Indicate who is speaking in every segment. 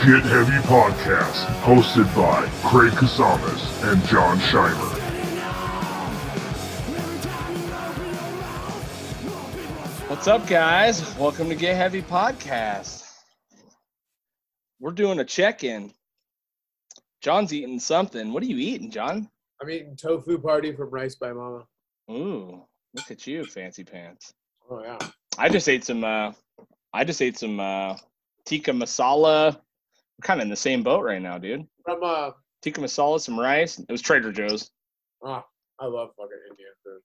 Speaker 1: Get Heavy Podcast, hosted by Craig Casamas and John Scheimer.
Speaker 2: What's up, guys? Welcome to Get Heavy Podcast. We're doing a check in. John's eating something. What are you eating, John?
Speaker 3: I'm eating tofu party from Rice by Mama.
Speaker 2: Ooh, look at you, fancy pants.
Speaker 3: Oh yeah.
Speaker 2: I just ate some. Uh, I just ate some uh, tikka masala. We're kind of in the same boat right now, dude.
Speaker 3: From uh
Speaker 2: Tikka masala, some rice. It was Trader Joe's.
Speaker 3: ah, I love fucking Indian food.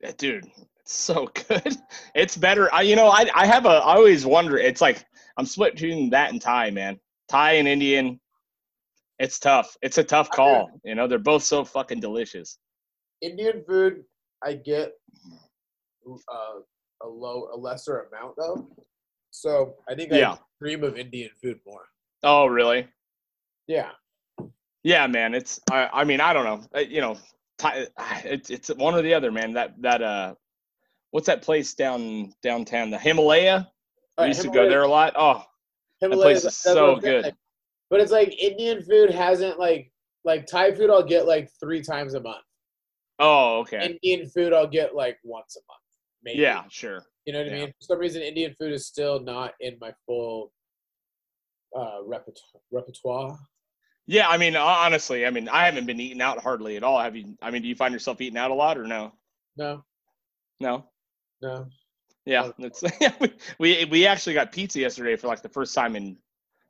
Speaker 2: Yeah, dude, it's so good. It's better. I, you know, I, I have a. I always wonder. It's like I'm split between that and Thai, man. Thai and Indian. It's tough. It's a tough
Speaker 3: I
Speaker 2: call. You know, they're both so fucking delicious.
Speaker 3: Indian food I get uh, a low a lesser amount of. So I think
Speaker 2: Yeah.
Speaker 3: I dream of Indian food more.
Speaker 2: Oh, really?
Speaker 3: Yeah.
Speaker 2: Yeah, man. It's. I. I mean, I don't know. Uh, You know, Thai, it's it's one or the other, man. That that uh, what's that place down downtown? The Himalaya. We
Speaker 3: Uh,
Speaker 2: used to go there a lot. Oh,
Speaker 3: Himalayas,
Speaker 2: place is
Speaker 3: that's what I'm
Speaker 2: so good.
Speaker 3: saying. But it's like Indian food hasn't like like Thai food I'll get like three times a month.
Speaker 2: oh, okay.
Speaker 3: Indian food I'll get like once a month. Maybe.
Speaker 2: Yeah, sure.
Speaker 3: You know what I
Speaker 2: Yeah.
Speaker 3: mean? For some reason, Indian food is still not in my full uh, repertoire. repertoire.
Speaker 2: Yeah, I mean, hon- honestly, I mean, I haven't been eating out hardly at all. Have you? I mean, do you find yourself eating out a lot or no?
Speaker 3: No,
Speaker 2: No.
Speaker 3: no.
Speaker 2: Yeah,
Speaker 3: Oh.
Speaker 2: that's we, we we actually got pizza yesterday for like the first time in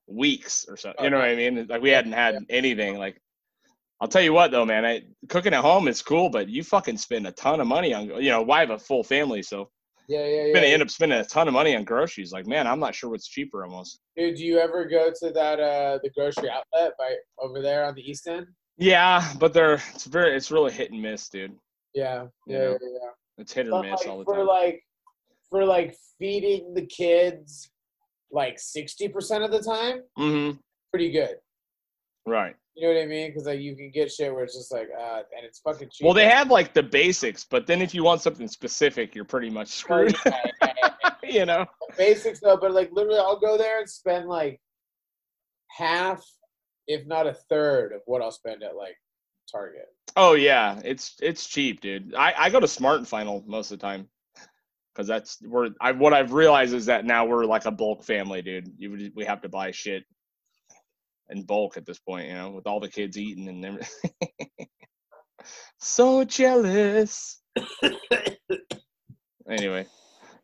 Speaker 2: weeks or so. You know what I mean? Like we hadn't had anything. Like I'll tell you what though, man, I, cooking at home is cool, but you fucking spend a ton of money on you know. I have a full family, so
Speaker 3: Yeah, yeah,
Speaker 2: you're
Speaker 3: yeah.
Speaker 2: gonna end up spending a ton of money on groceries. Like, man, I'm not sure what's cheaper almost.
Speaker 3: Dude, do you ever go to that uh, the grocery outlet by over there on the East End?
Speaker 2: Yeah, but they're it's very it's really hit and miss, dude.
Speaker 3: Yeah, yeah,
Speaker 2: Yeah.
Speaker 3: yeah. yeah.
Speaker 2: It's hit or
Speaker 3: But,
Speaker 2: miss
Speaker 3: like,
Speaker 2: all the
Speaker 3: for
Speaker 2: time.
Speaker 3: like for like feeding the kids, like sixty percent of the time,
Speaker 2: Mm-hmm.
Speaker 3: pretty good.
Speaker 2: Right.
Speaker 3: You know what I mean? Because like you can get shit where it's just like, uh, and it's fucking cheap.
Speaker 2: Well, they have like the basics, but then if you want something specific, you're pretty much
Speaker 3: Oh,
Speaker 2: screwed.
Speaker 3: yeah, yeah, yeah.
Speaker 2: you know?
Speaker 3: basics though, but like literally I'll go there and spend like half, if not a third of what I'll spend at like Target.
Speaker 2: Oh yeah, it's it's cheap, dude. I I go to Smart and Final most of the time because that's where I what I've realized is that now we're like a bulk family, dude. You would- we have to buy shit in bulk at this point, you know, with all the kids eating and everything. so jealous. anyway,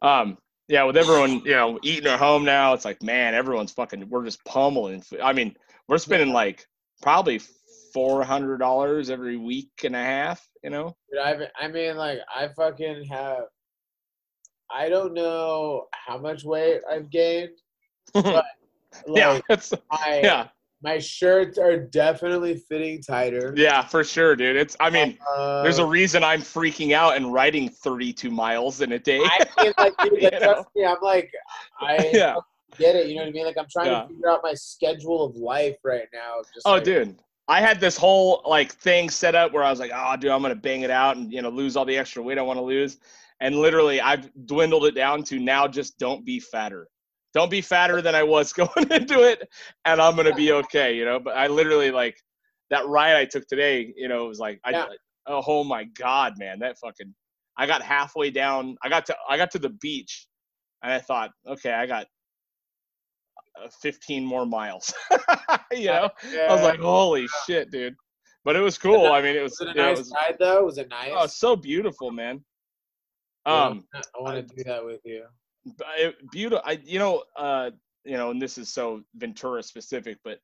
Speaker 2: um, yeah, with everyone, you know, eating at home now, it's like, man, everyone's fucking. We're just pummeling. food. I mean, we're spending like probably four hundred dollars every week and a half. You know?
Speaker 3: But I haven't- I mean like I fucking have I don't know how much weight I've gained. Like
Speaker 2: yeah, it's,
Speaker 3: my
Speaker 2: yeah,
Speaker 3: my shirts are definitely fitting tighter.
Speaker 2: yeah, for sure, dude. It's. I mean,
Speaker 3: Uh,
Speaker 2: there's a reason I'm freaking out and riding thirty-two miles in a day.
Speaker 3: I mean, like, dude,
Speaker 2: You
Speaker 3: like, trust me, I'm like, I
Speaker 2: yeah.
Speaker 3: get it. You know what I mean? Like, I'm trying
Speaker 2: Yeah.
Speaker 3: to figure out my schedule of life right now. Just
Speaker 2: Oh,
Speaker 3: like,
Speaker 2: dude. I had this whole like thing set up where I was like, "Oh, dude, I'm gonna bang it out and you know lose all the extra weight I want to lose," and literally I've dwindled it down to now just don't be fatter, don't be fatter than I was going into it, and I'm gonna be okay, you know. But I literally like that ride I took today, you know, it was like, I,
Speaker 3: Yeah.
Speaker 2: oh, oh my god, man, that fucking. I got halfway down. I got to I got to the beach, and I thought, okay, I got uh, 15 more miles, you know. I was
Speaker 3: yeah.
Speaker 2: like, holy shit, dude. But it was cool. I mean, it was,
Speaker 3: Was it a
Speaker 2: yeah, it
Speaker 3: nice
Speaker 2: was-
Speaker 3: ride though? Was it nice?
Speaker 2: oh, it's so beautiful, man. Um,
Speaker 3: Yeah, I want to do that with you.
Speaker 2: beautiful. I, you know, uh, you know, and this is so Ventura specific, but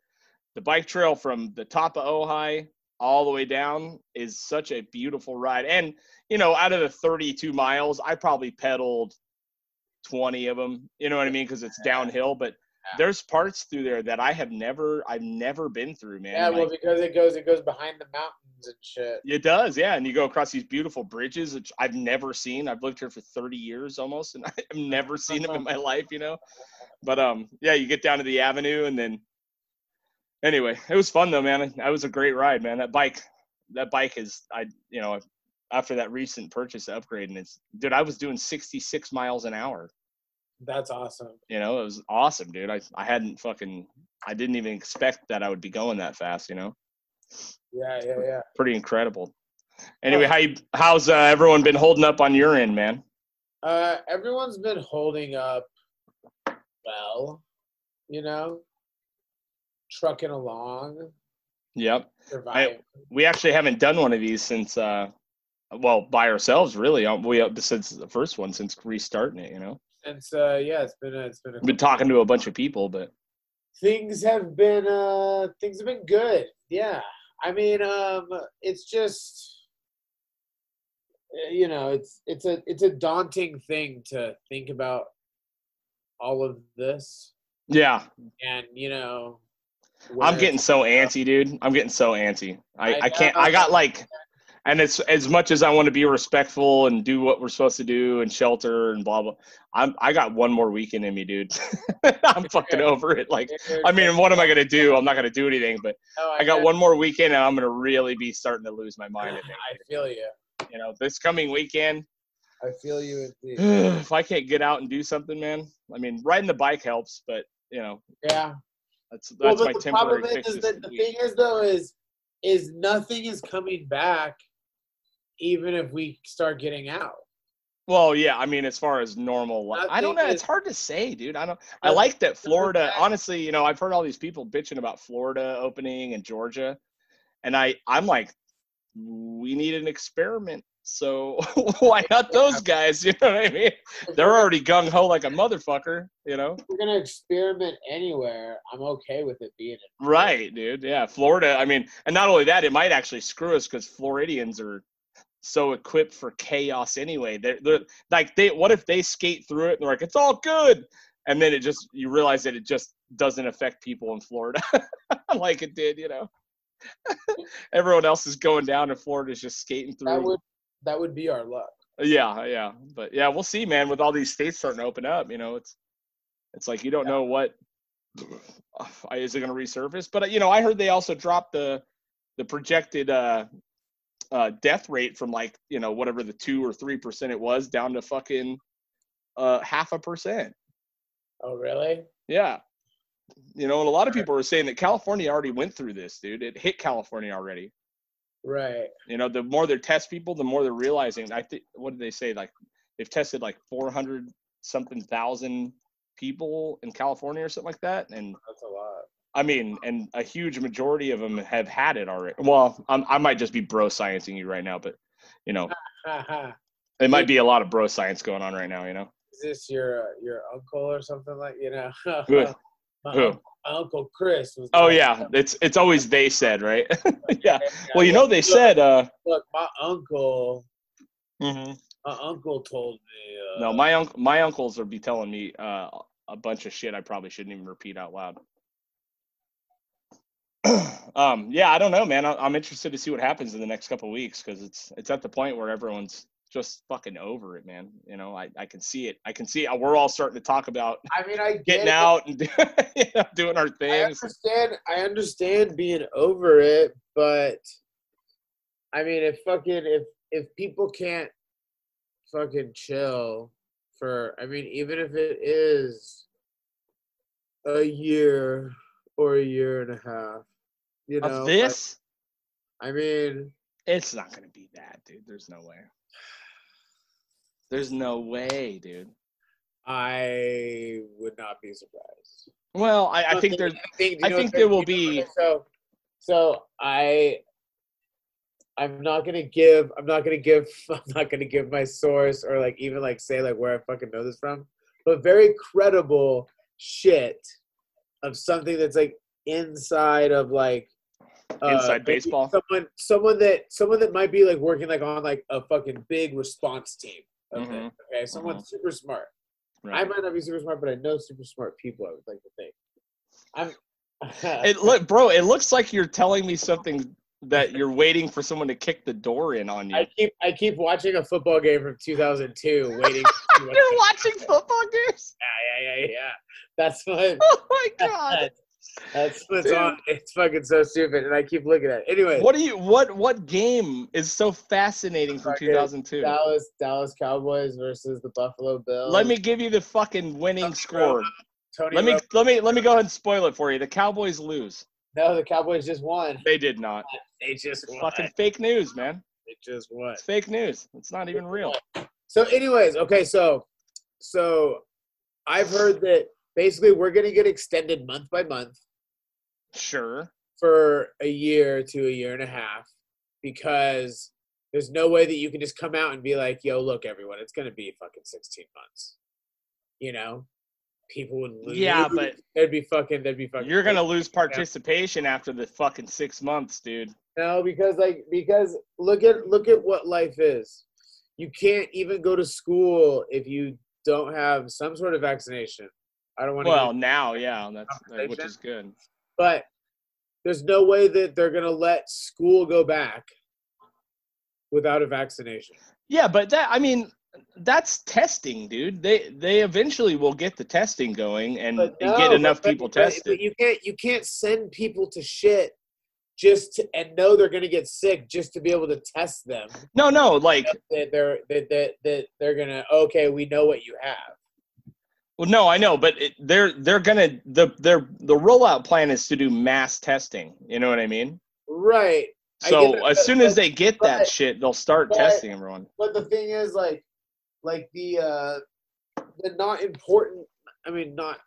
Speaker 2: the bike trail from the top of Ojai all the way down is such a beautiful ride. And you know, out of the 32 miles, I probably pedaled 20 of them. You know what I mean? Because it's downhill, but there's parts through there that I have never, I've never been through, man.
Speaker 3: yeah,
Speaker 2: Like,
Speaker 3: well, because it goes, it goes behind the mountains and shit.
Speaker 2: It does, yeah. And you go across these beautiful bridges, which I've never seen. I've lived here for 30 years almost, and I've never seen them in my life, you know. But um, yeah, you get down to the avenue, and then anyway, it was fun though, man. That was a great ride, man. That bike, that bike is, I, you know, after that recent purchase upgrade, and it's, dude, I was doing 66 miles an hour
Speaker 3: That's awesome.
Speaker 2: You know, it was awesome, dude. I I hadn't fucking I didn't even expect that I would be going that fast. You know,
Speaker 3: Yeah, yeah, yeah.
Speaker 2: pretty incredible. Anyway, how you, how's uh, everyone been holding up on your end, man?
Speaker 3: Uh, everyone's been holding up well, you know, trucking along,
Speaker 2: Yep.
Speaker 3: surviving.
Speaker 2: we actually haven't done one of these since uh well by ourselves really uh, we uh, since the first one since restarting it you know
Speaker 3: And so, uh, yeah, it's been a, it's been a
Speaker 2: been talking to a bunch of people but
Speaker 3: things have been uh things have been good yeah i mean um it's just uh, you know it's it's a it's a daunting thing to think about all of this
Speaker 2: yeah
Speaker 3: and you know
Speaker 2: i'm
Speaker 3: where-
Speaker 2: getting so antsy dude i'm getting so antsy i
Speaker 3: I
Speaker 2: i can't i got like and it's as much as i want to be respectful and do what we're supposed to do and shelter and blah blah i'm i got one more weekend in me dude i'm fucking over it like i mean what am i gonna do i'm not gonna do anything but
Speaker 3: No,
Speaker 2: i got
Speaker 3: get-
Speaker 2: one more weekend and i'm gonna really be starting to lose my mind I think.
Speaker 3: i feel you
Speaker 2: you know this coming weekend
Speaker 3: i feel you indeed.
Speaker 2: if I can't get out and do something, man, I mean, riding the bike helps, but you know,
Speaker 3: yeah
Speaker 2: that's that's
Speaker 3: well
Speaker 2: my
Speaker 3: but the
Speaker 2: temporary
Speaker 3: problem
Speaker 2: fix.
Speaker 3: is, is
Speaker 2: this
Speaker 3: that the
Speaker 2: week.
Speaker 3: thing is though is is nothing is coming back even if we start getting out
Speaker 2: well, yeah, I mean, as far as normal, li- I don't know.
Speaker 3: Nothing
Speaker 2: It's
Speaker 3: is-
Speaker 2: hard to say, dude. I don't. I
Speaker 3: Nothing
Speaker 2: like that Florida.
Speaker 3: back.
Speaker 2: Honestly, you know, I've heard all these people bitching about Florida opening and Georgia, and I, I'm like, we need an experiment. So why not those guys? You know what I mean? They're already gung ho like a motherfucker. You know.
Speaker 3: we're gonna experiment anywhere, I'm okay with it being it.
Speaker 2: Right, dude. Yeah, Florida. I mean, and not only that, it might actually screw us because Floridians are so equipped for chaos anyway. They're, they're like, they what if they skate through it and they're like, it's all good, and then it just you realize that it just doesn't affect people in Florida like it did, you know. Everyone else is going down, and Florida's just skating
Speaker 3: That
Speaker 2: through.
Speaker 3: would that would be our luck.
Speaker 2: yeah, yeah, but yeah, we'll see, man. With all these states starting to open up, you know, it's it's like you don't know what I- is it going to resurface. But uh, you know, I heard they also dropped the the projected uh, uh, death rate from like you know whatever the two or three percent it was down to fucking uh, half a percent.
Speaker 3: Oh really?
Speaker 2: Yeah, you know, and a lot of people are saying that California already went through this, dude. It hit California already.
Speaker 3: Right.
Speaker 2: You know, the more they test people, the more they're realizing. I think what did they say? Like they've tested like four hundred something thousand people in California or something like that, and
Speaker 3: That's a lot.
Speaker 2: I mean, and a huge majority of them have had it already. Well, I'm, I might just be bro sciencing you right now, but you know,
Speaker 3: Ha, ha.
Speaker 2: it might be a lot of bro science going on right now. You know,
Speaker 3: Is this your uh, your uncle or something like you know?
Speaker 2: Who?
Speaker 3: My,
Speaker 2: Who?
Speaker 3: uncle- my uncle Chris was.
Speaker 2: oh
Speaker 3: like,
Speaker 2: yeah, it's it's always they said, right? yeah.
Speaker 3: "Yeah,
Speaker 2: Well, you know, they said, uh, mm-hmm.
Speaker 3: Look, my uncle. My uncle told me. Uh,
Speaker 2: no, my uncle, my uncles would be telling me uh, a bunch of shit I probably shouldn't even repeat out loud. um, yeah, I don't know, man. I, I'm interested to see what happens in the next couple of weeks because it's it's at the point where everyone's just fucking over it, man. You know, I, I can see it. I can see it. We're all starting to talk about
Speaker 3: I mean, I get
Speaker 2: getting
Speaker 3: it.
Speaker 2: out and you know, doing our
Speaker 3: I
Speaker 2: things.
Speaker 3: understand. I understand being over it, but I mean, if fucking if if people can't fucking chill for, I mean, even if it is a year or a year and a half, you know,
Speaker 2: Of
Speaker 3: like,
Speaker 2: this,
Speaker 3: I mean,
Speaker 2: it's not gonna be that, dude. There's no way. There's no way, dude.
Speaker 3: I would not be surprised.
Speaker 2: Well, I, I think there's
Speaker 3: I think,
Speaker 2: I
Speaker 3: you know
Speaker 2: think
Speaker 3: what-
Speaker 2: there will
Speaker 3: you know
Speaker 2: be-
Speaker 3: what- So, so I, I'm not gonna give. I'm not gonna give. I'm not gonna give my source or like even like say like where I fucking know this from. But very credible shit of something that's like inside of like uh,
Speaker 2: Inside
Speaker 3: maybe
Speaker 2: baseball?
Speaker 3: Someone, someone that someone that might be like working like on like a fucking big response team. of this,
Speaker 2: Mhm.
Speaker 3: Okay, someone
Speaker 2: Mhm.
Speaker 3: super smart. I
Speaker 2: right.
Speaker 3: might not be super smart, but I know super smart people. I would like to think. I'm.
Speaker 2: it look, bro. It looks like you're telling me something that you're waiting for someone to kick the door in on you.
Speaker 3: I keep I keep watching a football game from 2002, waiting. yeah,
Speaker 2: you're watching football games.
Speaker 3: yeah, yeah, yeah. That's what.
Speaker 2: Oh my god.
Speaker 3: That splits
Speaker 2: Dude.
Speaker 3: on. It's fucking so stupid, and I keep looking at it. Anyway,
Speaker 2: What do you what what game is so fascinating from
Speaker 3: Fucking
Speaker 2: 2002?
Speaker 3: Dallas Dallas Cowboys versus the Buffalo Bills.
Speaker 2: Let me give you the fucking winning
Speaker 3: Tony
Speaker 2: score.
Speaker 3: Tony.
Speaker 2: Let me
Speaker 3: Romo-
Speaker 2: let me let me go ahead and spoil it for you. The Cowboys lose.
Speaker 3: No, the Cowboys just won.
Speaker 2: They did not.
Speaker 3: They just won.
Speaker 2: Fucking fake news, man.
Speaker 3: They just won.
Speaker 2: It's fake news. It's not even real.
Speaker 3: So, anyways, okay, so so I've heard that basically we're gonna get extended month by month
Speaker 2: Sure.
Speaker 3: for a year to a year and a half because there's no way that you can just come out and be like, yo, look, everyone, it's gonna be fucking 16 months. You know, people would lose.
Speaker 2: Yeah, but
Speaker 3: they'd be fucking. They'd be fucking.
Speaker 2: you're gonna lose participation after the fucking six months, dude.
Speaker 3: No, because like because look at look at what life is. You can't even go to school if you don't have some sort of vaccination. I don't want to.
Speaker 2: Well, now, yeah, that's that- which is good.
Speaker 3: but there's no way that they're gonna let school go back without a vaccination.
Speaker 2: Yeah, but that I mean, that's testing, dude. They they eventually will get the testing going and,
Speaker 3: But
Speaker 2: and
Speaker 3: no,
Speaker 2: get
Speaker 3: but-
Speaker 2: enough
Speaker 3: but-
Speaker 2: people
Speaker 3: but- but
Speaker 2: tested.
Speaker 3: you can't you can't send people to shit just to, and know they're gonna get sick just to be able to test them.
Speaker 2: no, no, like
Speaker 3: That they're that that that they're gonna okay, we know what you have.
Speaker 2: well, no, I know, but it, they're they're gonna the their the rollout plan is to do mass testing. You know what I mean?
Speaker 3: Right. I get
Speaker 2: So
Speaker 3: that,
Speaker 2: as
Speaker 3: but-
Speaker 2: soon as they get that
Speaker 3: but-
Speaker 2: shit, they'll start
Speaker 3: but-
Speaker 2: testing everyone.
Speaker 3: but the thing is like like the uh the not important i mean not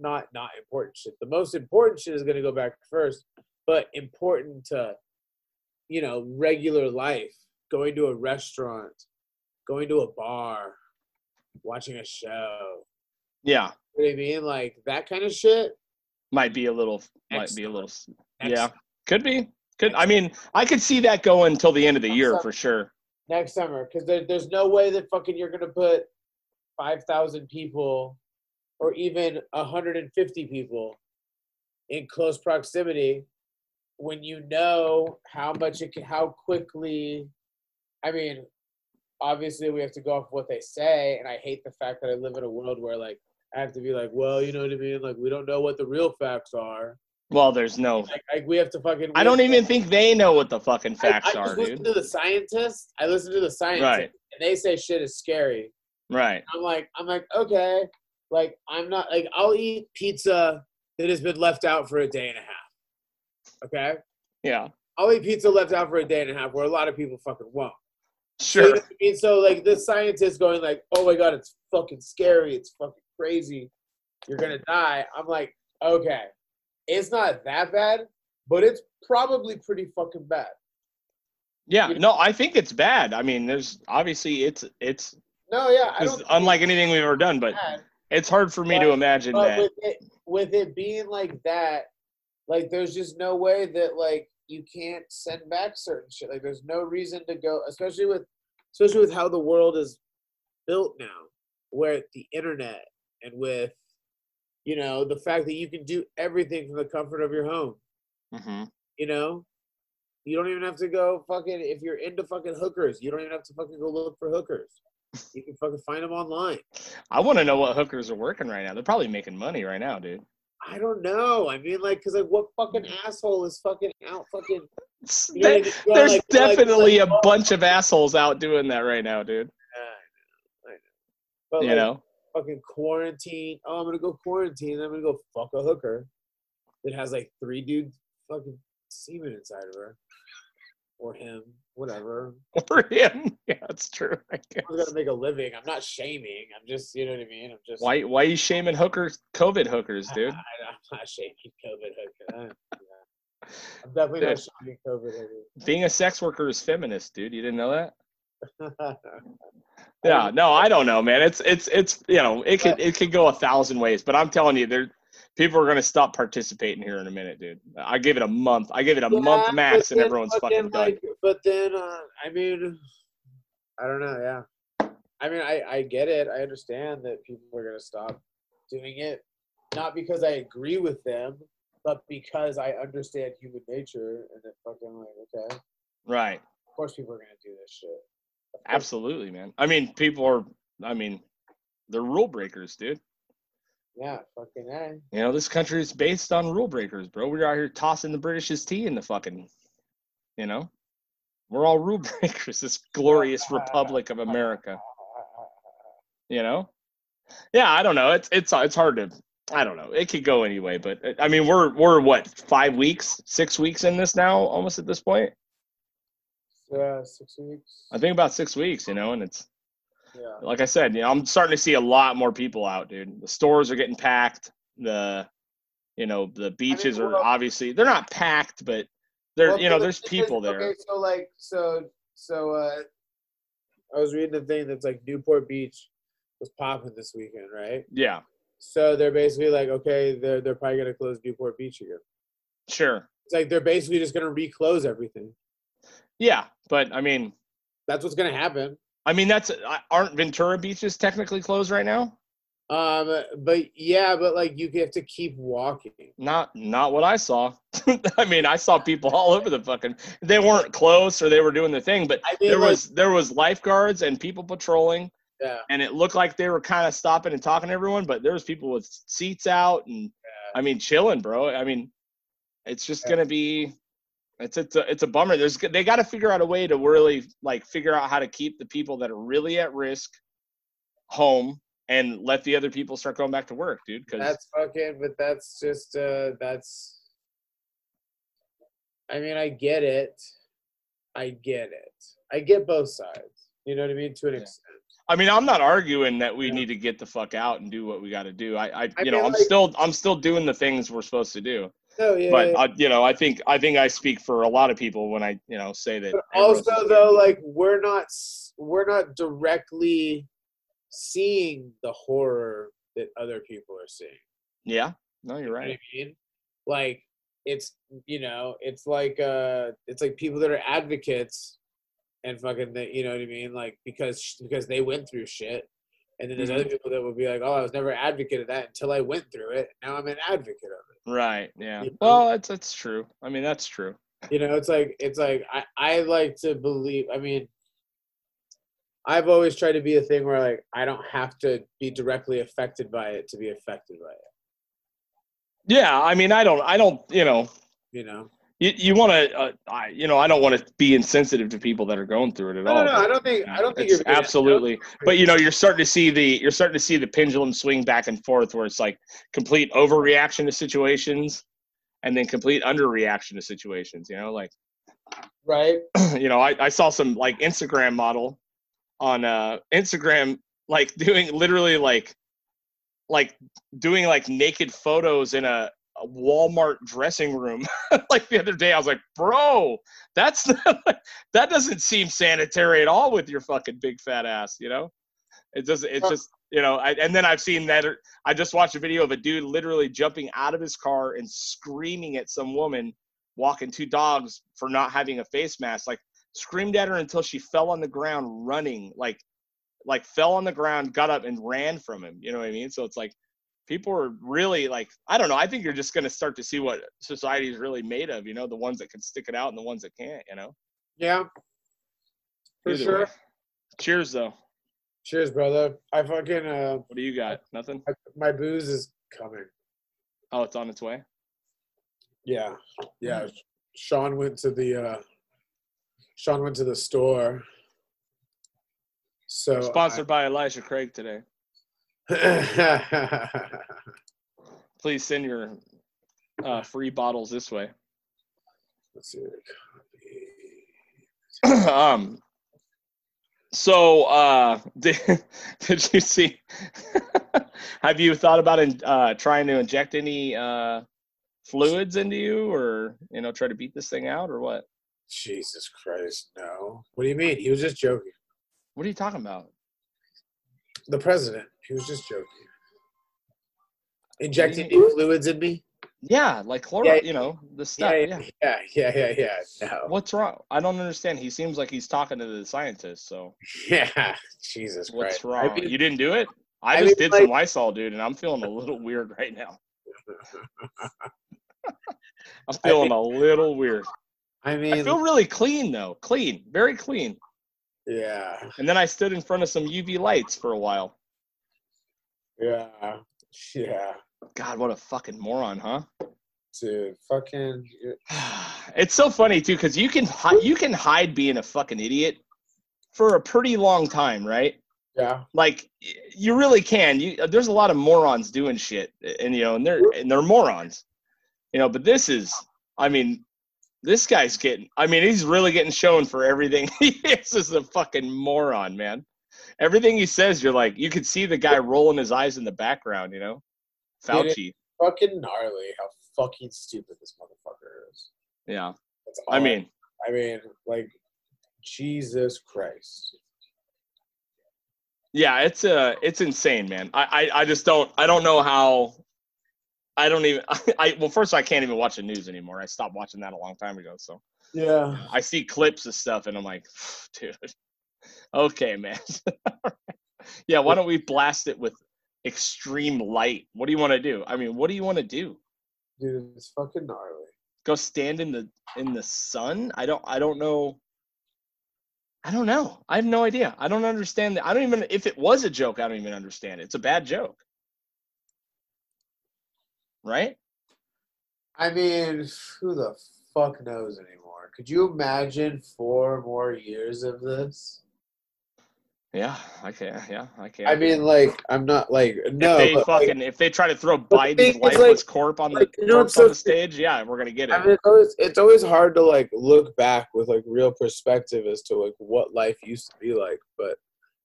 Speaker 3: not not important shit the most important shit is going to go back first but important to you know regular life going to a restaurant going to a bar watching a show
Speaker 2: Yeah,
Speaker 3: you know what i mean like that kind of shit
Speaker 2: might be a little, might be a
Speaker 3: Excellent.
Speaker 2: little. s-
Speaker 3: next,
Speaker 2: Yeah, could be. Could I mean I could see that going until the end of the
Speaker 3: Next
Speaker 2: year
Speaker 3: up.
Speaker 2: for sure.
Speaker 3: next summer because there, there's no way that fucking you're going to put 5,000 people or even 150 people in close proximity when you know how much it can, how quickly. I mean, obviously we have to go off what they say, and I hate the fact that I live in a world where like I have to be like, well, you know what I mean? Like we don't know what the real facts are.
Speaker 2: Well, there's no.
Speaker 3: Like, like we have to fucking.
Speaker 2: I don't even think they know what the fucking
Speaker 3: I-
Speaker 2: facts
Speaker 3: I,
Speaker 2: are,
Speaker 3: just listen
Speaker 2: dude.
Speaker 3: to the scientists. I listen to the scientists,
Speaker 2: Right.
Speaker 3: and they say shit is scary.
Speaker 2: Right.
Speaker 3: I'm like, I'm like, okay, like I'm not like I'll eat pizza that has been left out for a day and a half. Okay,
Speaker 2: Yeah.
Speaker 3: I'll eat pizza left out for a day and a half, where a lot of people fucking won't. So, you
Speaker 2: Sure.
Speaker 3: know what I mean? so like this scientist going like, oh my god, it's fucking scary, it's fucking crazy, you're gonna die. I'm like, okay, it's not that bad, but it's probably pretty fucking bad.
Speaker 2: Yeah.
Speaker 3: you-
Speaker 2: No, I think it's bad. I mean, there's obviously it's it's
Speaker 3: No, yeah, I
Speaker 2: it's
Speaker 3: don't. think
Speaker 2: unlike anything we've ever done, but
Speaker 3: it's bad.
Speaker 2: it's hard for me to
Speaker 3: But-
Speaker 2: imagine
Speaker 3: But
Speaker 2: that.
Speaker 3: with it, with it being like that, like there's just no way that like you can't send back certain shit. Like there's no reason to go, especially with, especially with how the world is built now, where the internet and with, you know, the fact that you can do everything from the comfort of your home.
Speaker 2: hmm
Speaker 3: You know, you don't even have to go fucking if you're into fucking hookers. You don't even have to fucking go look for hookers. You can fucking find them online.
Speaker 2: I want to know what hookers are working right now. They're probably making money right now, dude.
Speaker 3: I don't know. I mean, like, cause like, what fucking asshole is fucking out fucking?
Speaker 2: It's-
Speaker 3: You know,
Speaker 2: they-
Speaker 3: like, it's going
Speaker 2: there's
Speaker 3: like- like-
Speaker 2: definitely
Speaker 3: like,
Speaker 2: a bunch of assholes out doing that right now, dude.
Speaker 3: But,
Speaker 2: You
Speaker 3: like,
Speaker 2: know?
Speaker 3: fucking quarantine. Oh, I'm gonna go quarantine. I'm gonna go fuck a hooker that has like three dudes fucking semen inside of her or him, whatever.
Speaker 2: For him. Yeah, that's true. I guess.
Speaker 3: I'm gonna make a living. I'm not shaming. I'm just, you know what I mean. I'm just.
Speaker 2: Why why you shaming hookers COVID hookers, dude?
Speaker 3: I, am not shaming COVID hooker. I- yeah. I'm definitely not shaming COVID hooker.
Speaker 2: Being a sex worker is feminist, dude. You didn't know that? Yeah, no, I don't know, man. It's it's it's you know, it could it could go a thousand ways, but I'm telling you, there people are gonna stop participating here in a minute, dude. I give it a month. I give it a month
Speaker 3: Yeah,
Speaker 2: max
Speaker 3: but
Speaker 2: and
Speaker 3: then
Speaker 2: everyone's fucking done.
Speaker 3: like, But then, uh, I mean, I don't know. Yeah, I mean, I I get it. I understand that people are gonna stop doing it, not because I agree with them, but because I understand human nature and that fucking like, okay, of
Speaker 2: Right.
Speaker 3: course people are gonna do this shit. Of course.
Speaker 2: Absolutely, man. I mean, people are I mean, they're rule breakers, dude.
Speaker 3: Yeah, fucking A.
Speaker 2: You know, this country is based on rule breakers, bro. We're out here tossing the British's tea in the fucking, you know, we're all rule breakers. This glorious Republic of America, you know. Yeah, I don't know. It's it's it's hard to. I don't know. It could go anyway, but uh, I mean, we're we're what five weeks, six weeks in this now, almost at this point.
Speaker 3: Yeah, six weeks.
Speaker 2: I think about six weeks, you know, and it's
Speaker 3: Yeah.
Speaker 2: like I said, you know, I'm starting to see a lot more people out, dude. The stores are getting packed. The, you know, the beaches are
Speaker 3: well-
Speaker 2: obviously they're not packed, but there,
Speaker 3: Well,
Speaker 2: you know,
Speaker 3: the
Speaker 2: there's
Speaker 3: thing is-
Speaker 2: people there.
Speaker 3: Okay, so like, so so uh, I was reading the thing that's like Newport Beach was popping this weekend, right?
Speaker 2: Yeah,
Speaker 3: So they're basically like, okay, they're they're probably gonna close Newport Beach again.
Speaker 2: sure.
Speaker 3: It's like they're basically just gonna reclose everything.
Speaker 2: Yeah, but I mean,
Speaker 3: That's what's gonna happen.
Speaker 2: I mean that's I- aren't Ventura beaches technically closed right now?
Speaker 3: Um, but yeah, but like you have to keep walking.
Speaker 2: Not not what I saw. I mean, I saw people all over the fucking. They weren't close or they were doing the thing, but
Speaker 3: I mean,
Speaker 2: there
Speaker 3: like,
Speaker 2: was there was lifeguards and people patrolling.
Speaker 3: yeah,
Speaker 2: and it looked like they were kind of stopping and talking to everyone, but there was people with seats out and I mean chilling, bro. I mean, it's just
Speaker 3: Yeah.
Speaker 2: gonna be it's it's a, it's a bummer. There's they got to figure out a way to really like figure out how to keep the people that are really at risk home and let the other people start going back to work, dude. Because
Speaker 3: that's fucking. But that's just uh, that's. I mean, I get it. I get it. I get both sides. You know what I mean? To an
Speaker 2: Yeah.
Speaker 3: extent.
Speaker 2: I mean, I'm not arguing that we
Speaker 3: Yeah.
Speaker 2: need to get the fuck out and do what we got to do. I, I you
Speaker 3: I
Speaker 2: know,
Speaker 3: mean,
Speaker 2: I'm
Speaker 3: like-
Speaker 2: still I'm still doing the things we're supposed to do.
Speaker 3: No, yeah.
Speaker 2: but
Speaker 3: yeah.
Speaker 2: I, you know, I think I think I speak for a lot of people when I you know say that.
Speaker 3: But
Speaker 2: everyone's
Speaker 3: also,
Speaker 2: just-
Speaker 3: though, like we're not s- we're not directly seeing the horror that other people are seeing.
Speaker 2: yeah, no, you're
Speaker 3: You know
Speaker 2: right.
Speaker 3: what I mean? Like it's you know, it's like uh it's like people that are advocates and fucking that you know what I mean, like because sh- because they went through shit. And then there's
Speaker 2: Mhm.
Speaker 3: other people that will be like, "Oh, I was never an advocate of that until I went through it. Now I'm an advocate of
Speaker 2: Right. Yeah.
Speaker 3: You know?
Speaker 2: Well, that's that's true. I mean, that's true.
Speaker 3: it." You know, it's like it's like I I like to believe. I mean, I've always tried to be a thing where like I don't have to be directly affected by it to be affected by it.
Speaker 2: Yeah. I mean, I don't. I don't. You know.
Speaker 3: You know,
Speaker 2: You, you want to, uh, I, you know, I don't want to be insensitive to people that are going through it at
Speaker 3: no,
Speaker 2: all.
Speaker 3: no, no, I
Speaker 2: but,
Speaker 3: don't think
Speaker 2: you
Speaker 3: I
Speaker 2: know,
Speaker 3: don't think
Speaker 2: it's
Speaker 3: you're being- I don't
Speaker 2: absolutely.
Speaker 3: think you're
Speaker 2: But
Speaker 3: being-
Speaker 2: you know, you're starting to see the you're starting to see the pendulum swing back and forth, where it's like complete overreaction to situations, and then complete underreaction to situations. You know, like.
Speaker 3: right.
Speaker 2: you know, I, I saw some like Instagram model on uh Instagram like doing literally like like doing like naked photos in a, a Walmart dressing room like the other day. I was like, bro, that's not, that doesn't seem sanitary at all with your fucking big fat ass, you know? It does it's just you know, I, and then I've seen that er, I just watched a video of a dude literally jumping out of his car and screaming at some woman walking two dogs for not having a face mask like screamed at her until she fell on the ground running like like fell on the ground got up and ran from him you know what i mean so it's like people are really like i don't know i think you're just going to start to see what society is really made of you know the ones that can stick it out and the ones that can't you know
Speaker 3: Yeah. For
Speaker 2: Either
Speaker 3: sure.
Speaker 2: way. cheers though
Speaker 3: Cheers, brother. I fucking uh
Speaker 2: what do you got nothing
Speaker 3: my, my booze is coming.
Speaker 2: oh it's on its way
Speaker 3: Yeah. Yeah. Sean went to the uh Sean went to the store. So I-
Speaker 2: sponsored by elijah craig today please send your uh, free bottles this way
Speaker 3: Let's see the copy.
Speaker 2: um so uh did, did you see have you thought about in, uh trying to inject any uh fluids into you or you know try to beat this thing out or what
Speaker 3: Jesus Christ, no. What do you mean? He was just joking.
Speaker 2: what are you talking about
Speaker 3: The president. He was just joking. Injecting
Speaker 2: mean?
Speaker 3: new fluids in me?
Speaker 2: yeah like chloride
Speaker 3: Yeah, yeah.
Speaker 2: you know the stuff yeah,
Speaker 3: yeah, yeah, yeah, yeah, yeah. No.
Speaker 2: what's wrong i don't understand he seems like he's talking to the scientist so
Speaker 3: Yeah, Jesus
Speaker 2: what's
Speaker 3: Christ.
Speaker 2: wrong
Speaker 3: I mean,
Speaker 2: you didn't do it i,
Speaker 3: I
Speaker 2: just
Speaker 3: mean,
Speaker 2: did some lysol dude and i'm feeling a little weird right now i'm feeling a little weird
Speaker 3: I
Speaker 2: I
Speaker 3: mean,
Speaker 2: feel really clean though. Clean, very clean.
Speaker 3: yeah,
Speaker 2: And then I stood in front of some UV lights for a while.
Speaker 3: yeah. Yeah,
Speaker 2: God, what a fucking moron, huh?
Speaker 3: dude. Fucking.
Speaker 2: It's so funny too, because you can hi- you can hide being a fucking idiot for a pretty long time, right?
Speaker 3: Yeah.
Speaker 2: Like y- you really can. You uh, there's a lot of morons doing shit, and you know, and they're and they're morons, you know. But this is, I mean, this guy's getting. I mean, he's really getting shown for everything. This is a fucking moron, man. Everything he says, you're like, you could see the guy rolling his eyes in the background, you know.
Speaker 3: Get it.
Speaker 2: Fauci,
Speaker 3: Fucking gnarly how fucking stupid this motherfucker is.
Speaker 2: yeah.
Speaker 3: That's
Speaker 2: I
Speaker 3: all-
Speaker 2: mean,
Speaker 3: I mean, like, Jesus Christ.
Speaker 2: Yeah, it's uh it's insane, man. I, I I just don't I don't know how I don't even I, well first I can't even watch the news anymore. I stopped watching that a long time ago. So
Speaker 3: Yeah.
Speaker 2: I see clips of stuff and I'm like, dude, okay, man. yeah, why don't we blast it with extreme light? What do you want to do? I mean, what do you want to do?
Speaker 3: Dude, it's fucking gnarly.
Speaker 2: Go stand in the in the sun? I don't I don't know. I don't know. I have no idea. I don't understand that. I don't even if it was a joke, I don't even understand it. It's a bad joke. Right?
Speaker 3: I mean, who the fuck knows anymore? Could you imagine four more years of this?
Speaker 2: Yeah, I can. Yeah, I can.
Speaker 3: I mean, like, I'm not like
Speaker 2: if
Speaker 3: no.
Speaker 2: they
Speaker 3: but, like,
Speaker 2: fucking if they try to throw
Speaker 3: the
Speaker 2: Biden's
Speaker 3: thing is, like-
Speaker 2: lifeless corpse on the
Speaker 3: like, you know
Speaker 2: corpse
Speaker 3: what's so
Speaker 2: on the stage, yeah, we're gonna get it.
Speaker 3: I mean, it's always, it's always hard to like look back with like real perspective as to like what life used to be like, but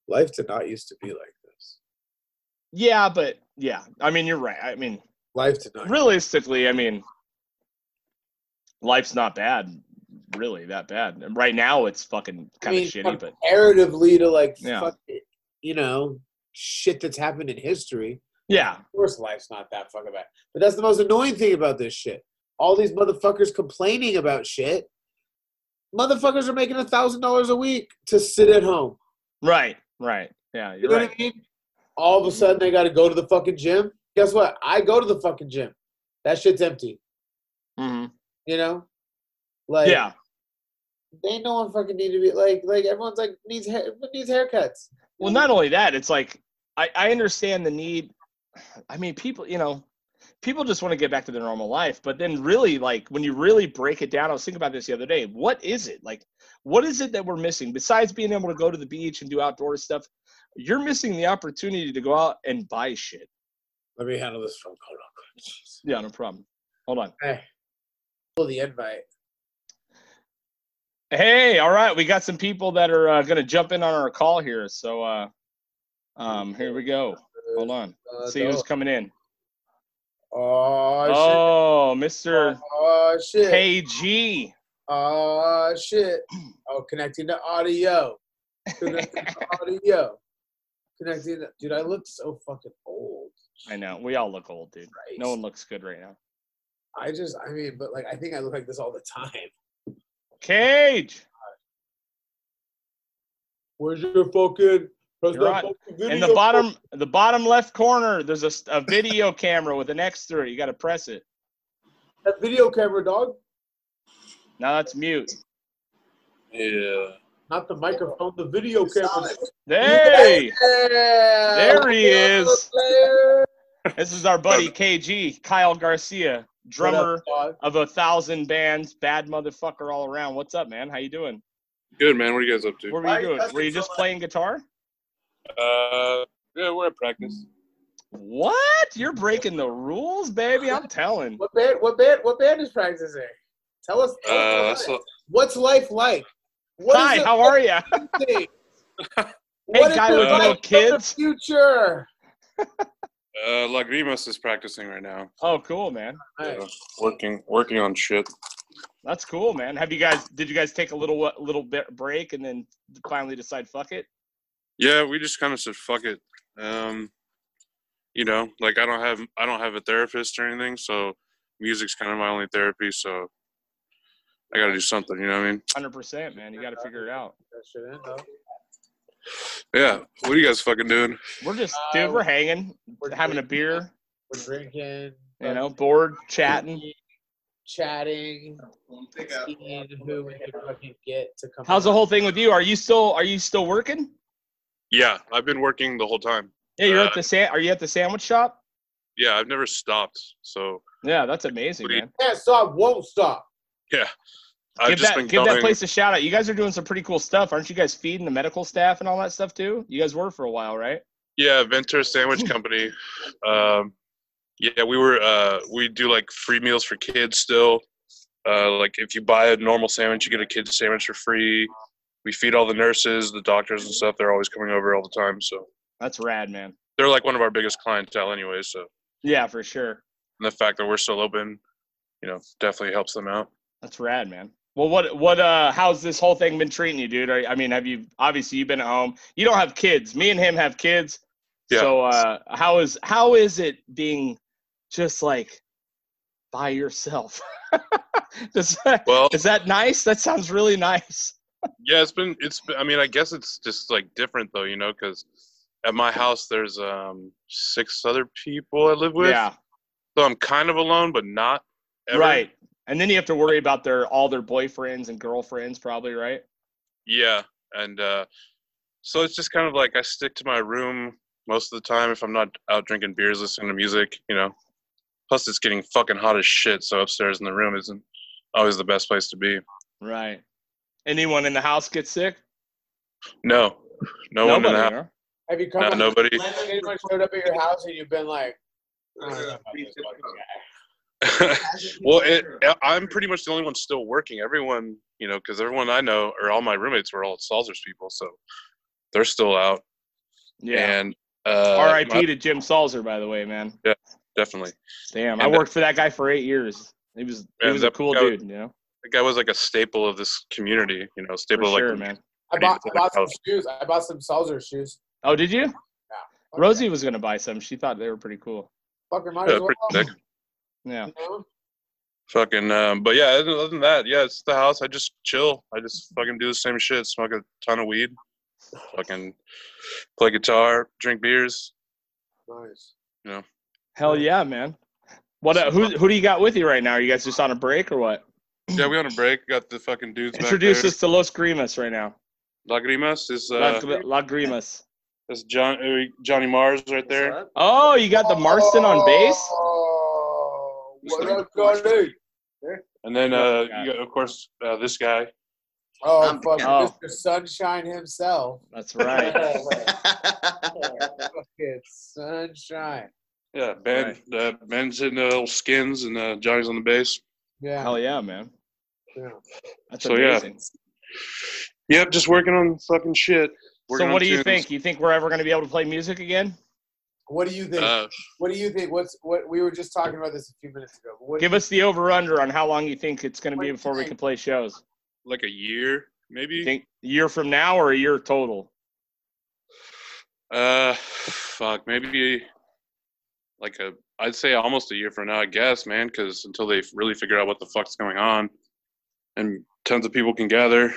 Speaker 3: life did not used to be like this.
Speaker 2: yeah, but yeah, I mean you're right. I mean
Speaker 3: Life did not.
Speaker 2: realistically, I mean life's not bad, really that bad. And Right now it's fucking
Speaker 3: I
Speaker 2: kind of
Speaker 3: mean,
Speaker 2: shitty, but
Speaker 3: comparatively to like
Speaker 2: Yeah.
Speaker 3: fuck it, you know shit that's happened in history.
Speaker 2: yeah,
Speaker 3: Of course, life's not that fucking bad. But that's the most annoying thing about this shit. All these motherfuckers complaining about shit. Motherfuckers are making a thousand dollars a week to sit at home.
Speaker 2: right, right, yeah,
Speaker 3: You
Speaker 2: you're
Speaker 3: know
Speaker 2: right.
Speaker 3: what I mean? All of a sudden, they got to go to the fucking gym. Guess what? I go to the fucking gym. That shit's empty.
Speaker 2: hmm
Speaker 3: You know, like
Speaker 2: yeah,
Speaker 3: they no one fucking need to be like like everyone's like needs hair needs haircuts.
Speaker 2: Well, not only that, it's like I, I understand the need. I mean, people, you know, people just want to get back to their normal life. But then, really, like when you really break it down, I was thinking about this the other day. What is it like? What is it that we're missing besides being able to go to the beach and do outdoor stuff? You're missing the opportunity to go out and buy shit.
Speaker 3: Let me handle this phone call real quick. Jeez.
Speaker 2: Yeah, no problem. Hold on.
Speaker 3: Hey, pull the invite.
Speaker 2: Hey, all right, we got some people that are uh, going to jump in on our call here. So, uh, um, here we go. Hold on.
Speaker 3: Uh,
Speaker 2: See who's coming in.
Speaker 3: Oh shit!
Speaker 2: Oh, Mr.
Speaker 3: Oh shit!
Speaker 2: KG.
Speaker 3: Oh shit! Oh, connecting to audio. Connecting to audio. Connecting. To, dude, I look so fucking old.
Speaker 2: I know. We all look old, dude.
Speaker 3: Christ.
Speaker 2: No one looks good right now.
Speaker 3: I just, I mean, but like, I think I look like this all the time.
Speaker 2: Cage.
Speaker 3: Where's your fucking? Where's
Speaker 2: You're
Speaker 3: that
Speaker 2: on-
Speaker 3: fucking
Speaker 2: In the
Speaker 3: video?
Speaker 2: bottom, the bottom left corner, there's a, s- a video camera with an X through it. You got to press it.
Speaker 3: That video camera, dog.
Speaker 2: Now that's mute.
Speaker 4: Yeah.
Speaker 3: Not the microphone, the video camera.
Speaker 2: Hey,
Speaker 3: There
Speaker 2: There he is. this is our buddy KG, Kyle Garcia, drummer of a thousand bands, bad motherfucker all around. What's up, man? How you doing?
Speaker 4: Good man. What are you guys up to?
Speaker 2: What were
Speaker 3: Why are
Speaker 2: you
Speaker 3: you
Speaker 2: doing? Were you
Speaker 3: cussing so
Speaker 2: just
Speaker 3: much?
Speaker 2: playing guitar?
Speaker 4: Uh, yeah, we're at practice.
Speaker 2: What? You're breaking the rules, baby. I'm telling.
Speaker 3: What band? What band? What band is practicing? Tell us. tell us
Speaker 4: Uh,
Speaker 3: about
Speaker 4: that's
Speaker 3: it.
Speaker 4: a,
Speaker 3: what's life like? What
Speaker 2: Hi, how are you?
Speaker 3: you?
Speaker 2: Hey, guy
Speaker 4: with
Speaker 2: no kids.
Speaker 3: The future.
Speaker 4: uh, Lagrimas is practicing right now.
Speaker 2: Oh, cool, man.
Speaker 3: Alright.
Speaker 4: Yeah, working, working on shit.
Speaker 2: That's cool, man. Have you guys? Did you guys take a little wh- little bit break and then finally decide fuck it?
Speaker 4: Yeah, we just kind of said fuck it. Um, you know, like I don't have, I don't have a therapist or anything, so music's kind of my only therapy. So I got to do something. You know what I mean?
Speaker 2: Hundred percent, man. You got to figure it out.
Speaker 3: That shit in, though.
Speaker 4: Yeah. What are you guys fucking doing?
Speaker 2: We're just,
Speaker 3: Uh,
Speaker 2: dude. We're hanging.
Speaker 3: we're
Speaker 2: having a
Speaker 3: drinking,
Speaker 2: beer.
Speaker 3: We're drinking.
Speaker 2: You know, bored, chatting.
Speaker 3: Chatting. Seeing who we can fucking get to come.
Speaker 2: How's the
Speaker 3: on.
Speaker 2: whole thing with you? Are you still? Are you still working?
Speaker 4: Yeah, I've been working the whole time.
Speaker 2: Yeah,
Speaker 4: Uh,
Speaker 2: you're at the sa- Are you at the sandwich shop?
Speaker 4: yeah, I've never stopped. So
Speaker 2: Yeah, that's amazing, man.
Speaker 3: Can't stop, won't stop.
Speaker 4: I've
Speaker 2: give
Speaker 4: just
Speaker 2: that
Speaker 4: been
Speaker 2: give
Speaker 4: going.
Speaker 2: that place a shout out. You guys are doing some pretty cool stuff, aren't you? Guys feeding the medical staff and all that stuff too. You guys were for a while, right?
Speaker 4: Yeah, Ventura Sandwich Company. Um, yeah, we were. Uh, we do like free meals for kids still. Uh, like if you buy a normal sandwich, you get a kid's sandwich for free. We feed all the nurses, the doctors, and stuff. They're always coming over all the time, so
Speaker 2: That's rad, man.
Speaker 4: they're like one of our biggest clientele anyway. So
Speaker 2: Yeah, for sure.
Speaker 4: and the fact that we're still open, you know, definitely helps them out.
Speaker 2: That's rad, man. Well, what what uh how's this whole thing been treating you, dude? Are, I mean, have you obviously you've been at home. You don't have kids. Me and him have kids.
Speaker 4: Yeah.
Speaker 2: So uh how is how is it being just like by yourself? Does that,
Speaker 4: Well,
Speaker 2: is that nice? That sounds really nice.
Speaker 4: Yeah, it's been it's. Been, I mean, I guess it's just like different though, you know, because at my house there's um six other people I live with,
Speaker 2: yeah.
Speaker 4: so I'm kind of alone, but not. Ever.
Speaker 2: Right. And then you have to worry about their all their boyfriends and girlfriends probably, right?
Speaker 4: Yeah, and uh, so it's just kind of like I stick to my room most of the time if I'm not out drinking beers, listening to music, you know. Plus, it's getting fucking hot as shit, so upstairs in the room isn't always the best place to be.
Speaker 2: Right. Anyone in the house get sick?
Speaker 4: No, no one in the house.
Speaker 2: huh?
Speaker 3: Have you come?
Speaker 4: No,
Speaker 3: up-
Speaker 4: nobody.
Speaker 3: Anyone showed up at your house and you've been like, I don't know about this fucking guy.
Speaker 4: well, it, I'm pretty much the only one still working. Everyone, you know, because everyone I know or all my roommates were all Salzers people, so they're still out.
Speaker 2: Yeah.
Speaker 4: And uh, my-
Speaker 2: R.I.P. to Jim Salzer, by the way, man.
Speaker 4: definitely.
Speaker 2: Damn,
Speaker 4: And
Speaker 2: I
Speaker 4: the-
Speaker 2: worked for that guy for eight years. He was he
Speaker 4: And
Speaker 2: was a
Speaker 4: that
Speaker 2: cool
Speaker 4: guy-
Speaker 2: dude, you know.
Speaker 4: That guy was like a staple of this community. You know,
Speaker 2: For
Speaker 4: staple of,
Speaker 2: sure,
Speaker 4: like
Speaker 2: man.
Speaker 3: I bought, I bought some shoes. I bought some Salzer shoes.
Speaker 2: Oh, did you?
Speaker 3: Fuck
Speaker 2: Rosie was gonna buy some. She thought they were pretty cool.
Speaker 3: yeah. Fucking might
Speaker 4: yeah,
Speaker 3: as well.
Speaker 4: pretty sick.
Speaker 2: Yeah.
Speaker 3: you know?
Speaker 4: Fucking, um, but yeah. Other other than that, yeah, it's the house. I just chill. I just fucking do the same shit. Smoke a ton of weed. Fucking play guitar, drink beers.
Speaker 3: Nice.
Speaker 2: Hell yeah, man. What? Uh, who who do you got with you right now? Are you guys just on a break or what?
Speaker 4: Yeah, we on a break. Got the fucking dudes.
Speaker 2: Introduce
Speaker 4: back there.
Speaker 2: us to Los Grimas right now.
Speaker 4: Lagrimas is uh,
Speaker 2: Lagrimas. La Grimas.
Speaker 4: That's John uh, Johnny Mars right there.
Speaker 2: Oh, you got the Marston on bass.
Speaker 3: Oh, what up, Cody?
Speaker 4: And then
Speaker 2: Yeah,
Speaker 4: uh,
Speaker 2: yeah.
Speaker 4: you got, of course uh, this guy.
Speaker 3: Oh,
Speaker 5: I'm-
Speaker 3: fuck,
Speaker 2: Oh.
Speaker 3: Mr. Sunshine himself.
Speaker 2: That's right.
Speaker 3: Fucking sunshine.
Speaker 4: Yeah, Ben. Uh, Ben's in the little skins, and uh, Johnny's on the bass.
Speaker 3: Yeah.
Speaker 2: Hell yeah, man.
Speaker 3: yeah.
Speaker 2: That's
Speaker 4: So, yeah.
Speaker 2: amazing.
Speaker 4: Yep, just working on fucking shit. Working
Speaker 2: So
Speaker 4: on
Speaker 2: what do you
Speaker 4: tunes.
Speaker 2: think? You think we're ever gonna be able to play music again?
Speaker 3: What do you think?
Speaker 4: Uh,
Speaker 3: what do you think? What's what we were just talking about this a few minutes ago. What
Speaker 2: Give us the over under on how long you think it's gonna
Speaker 3: What
Speaker 2: be
Speaker 3: do you
Speaker 2: before we
Speaker 3: think?
Speaker 2: can play shows.
Speaker 4: like a year, maybe.
Speaker 2: You think a year from now or a year total?
Speaker 4: uh, fuck, maybe like a. I'd say almost a year from now, I guess, man. Because until they really figure out what the fuck's going on, and tons of people can gather.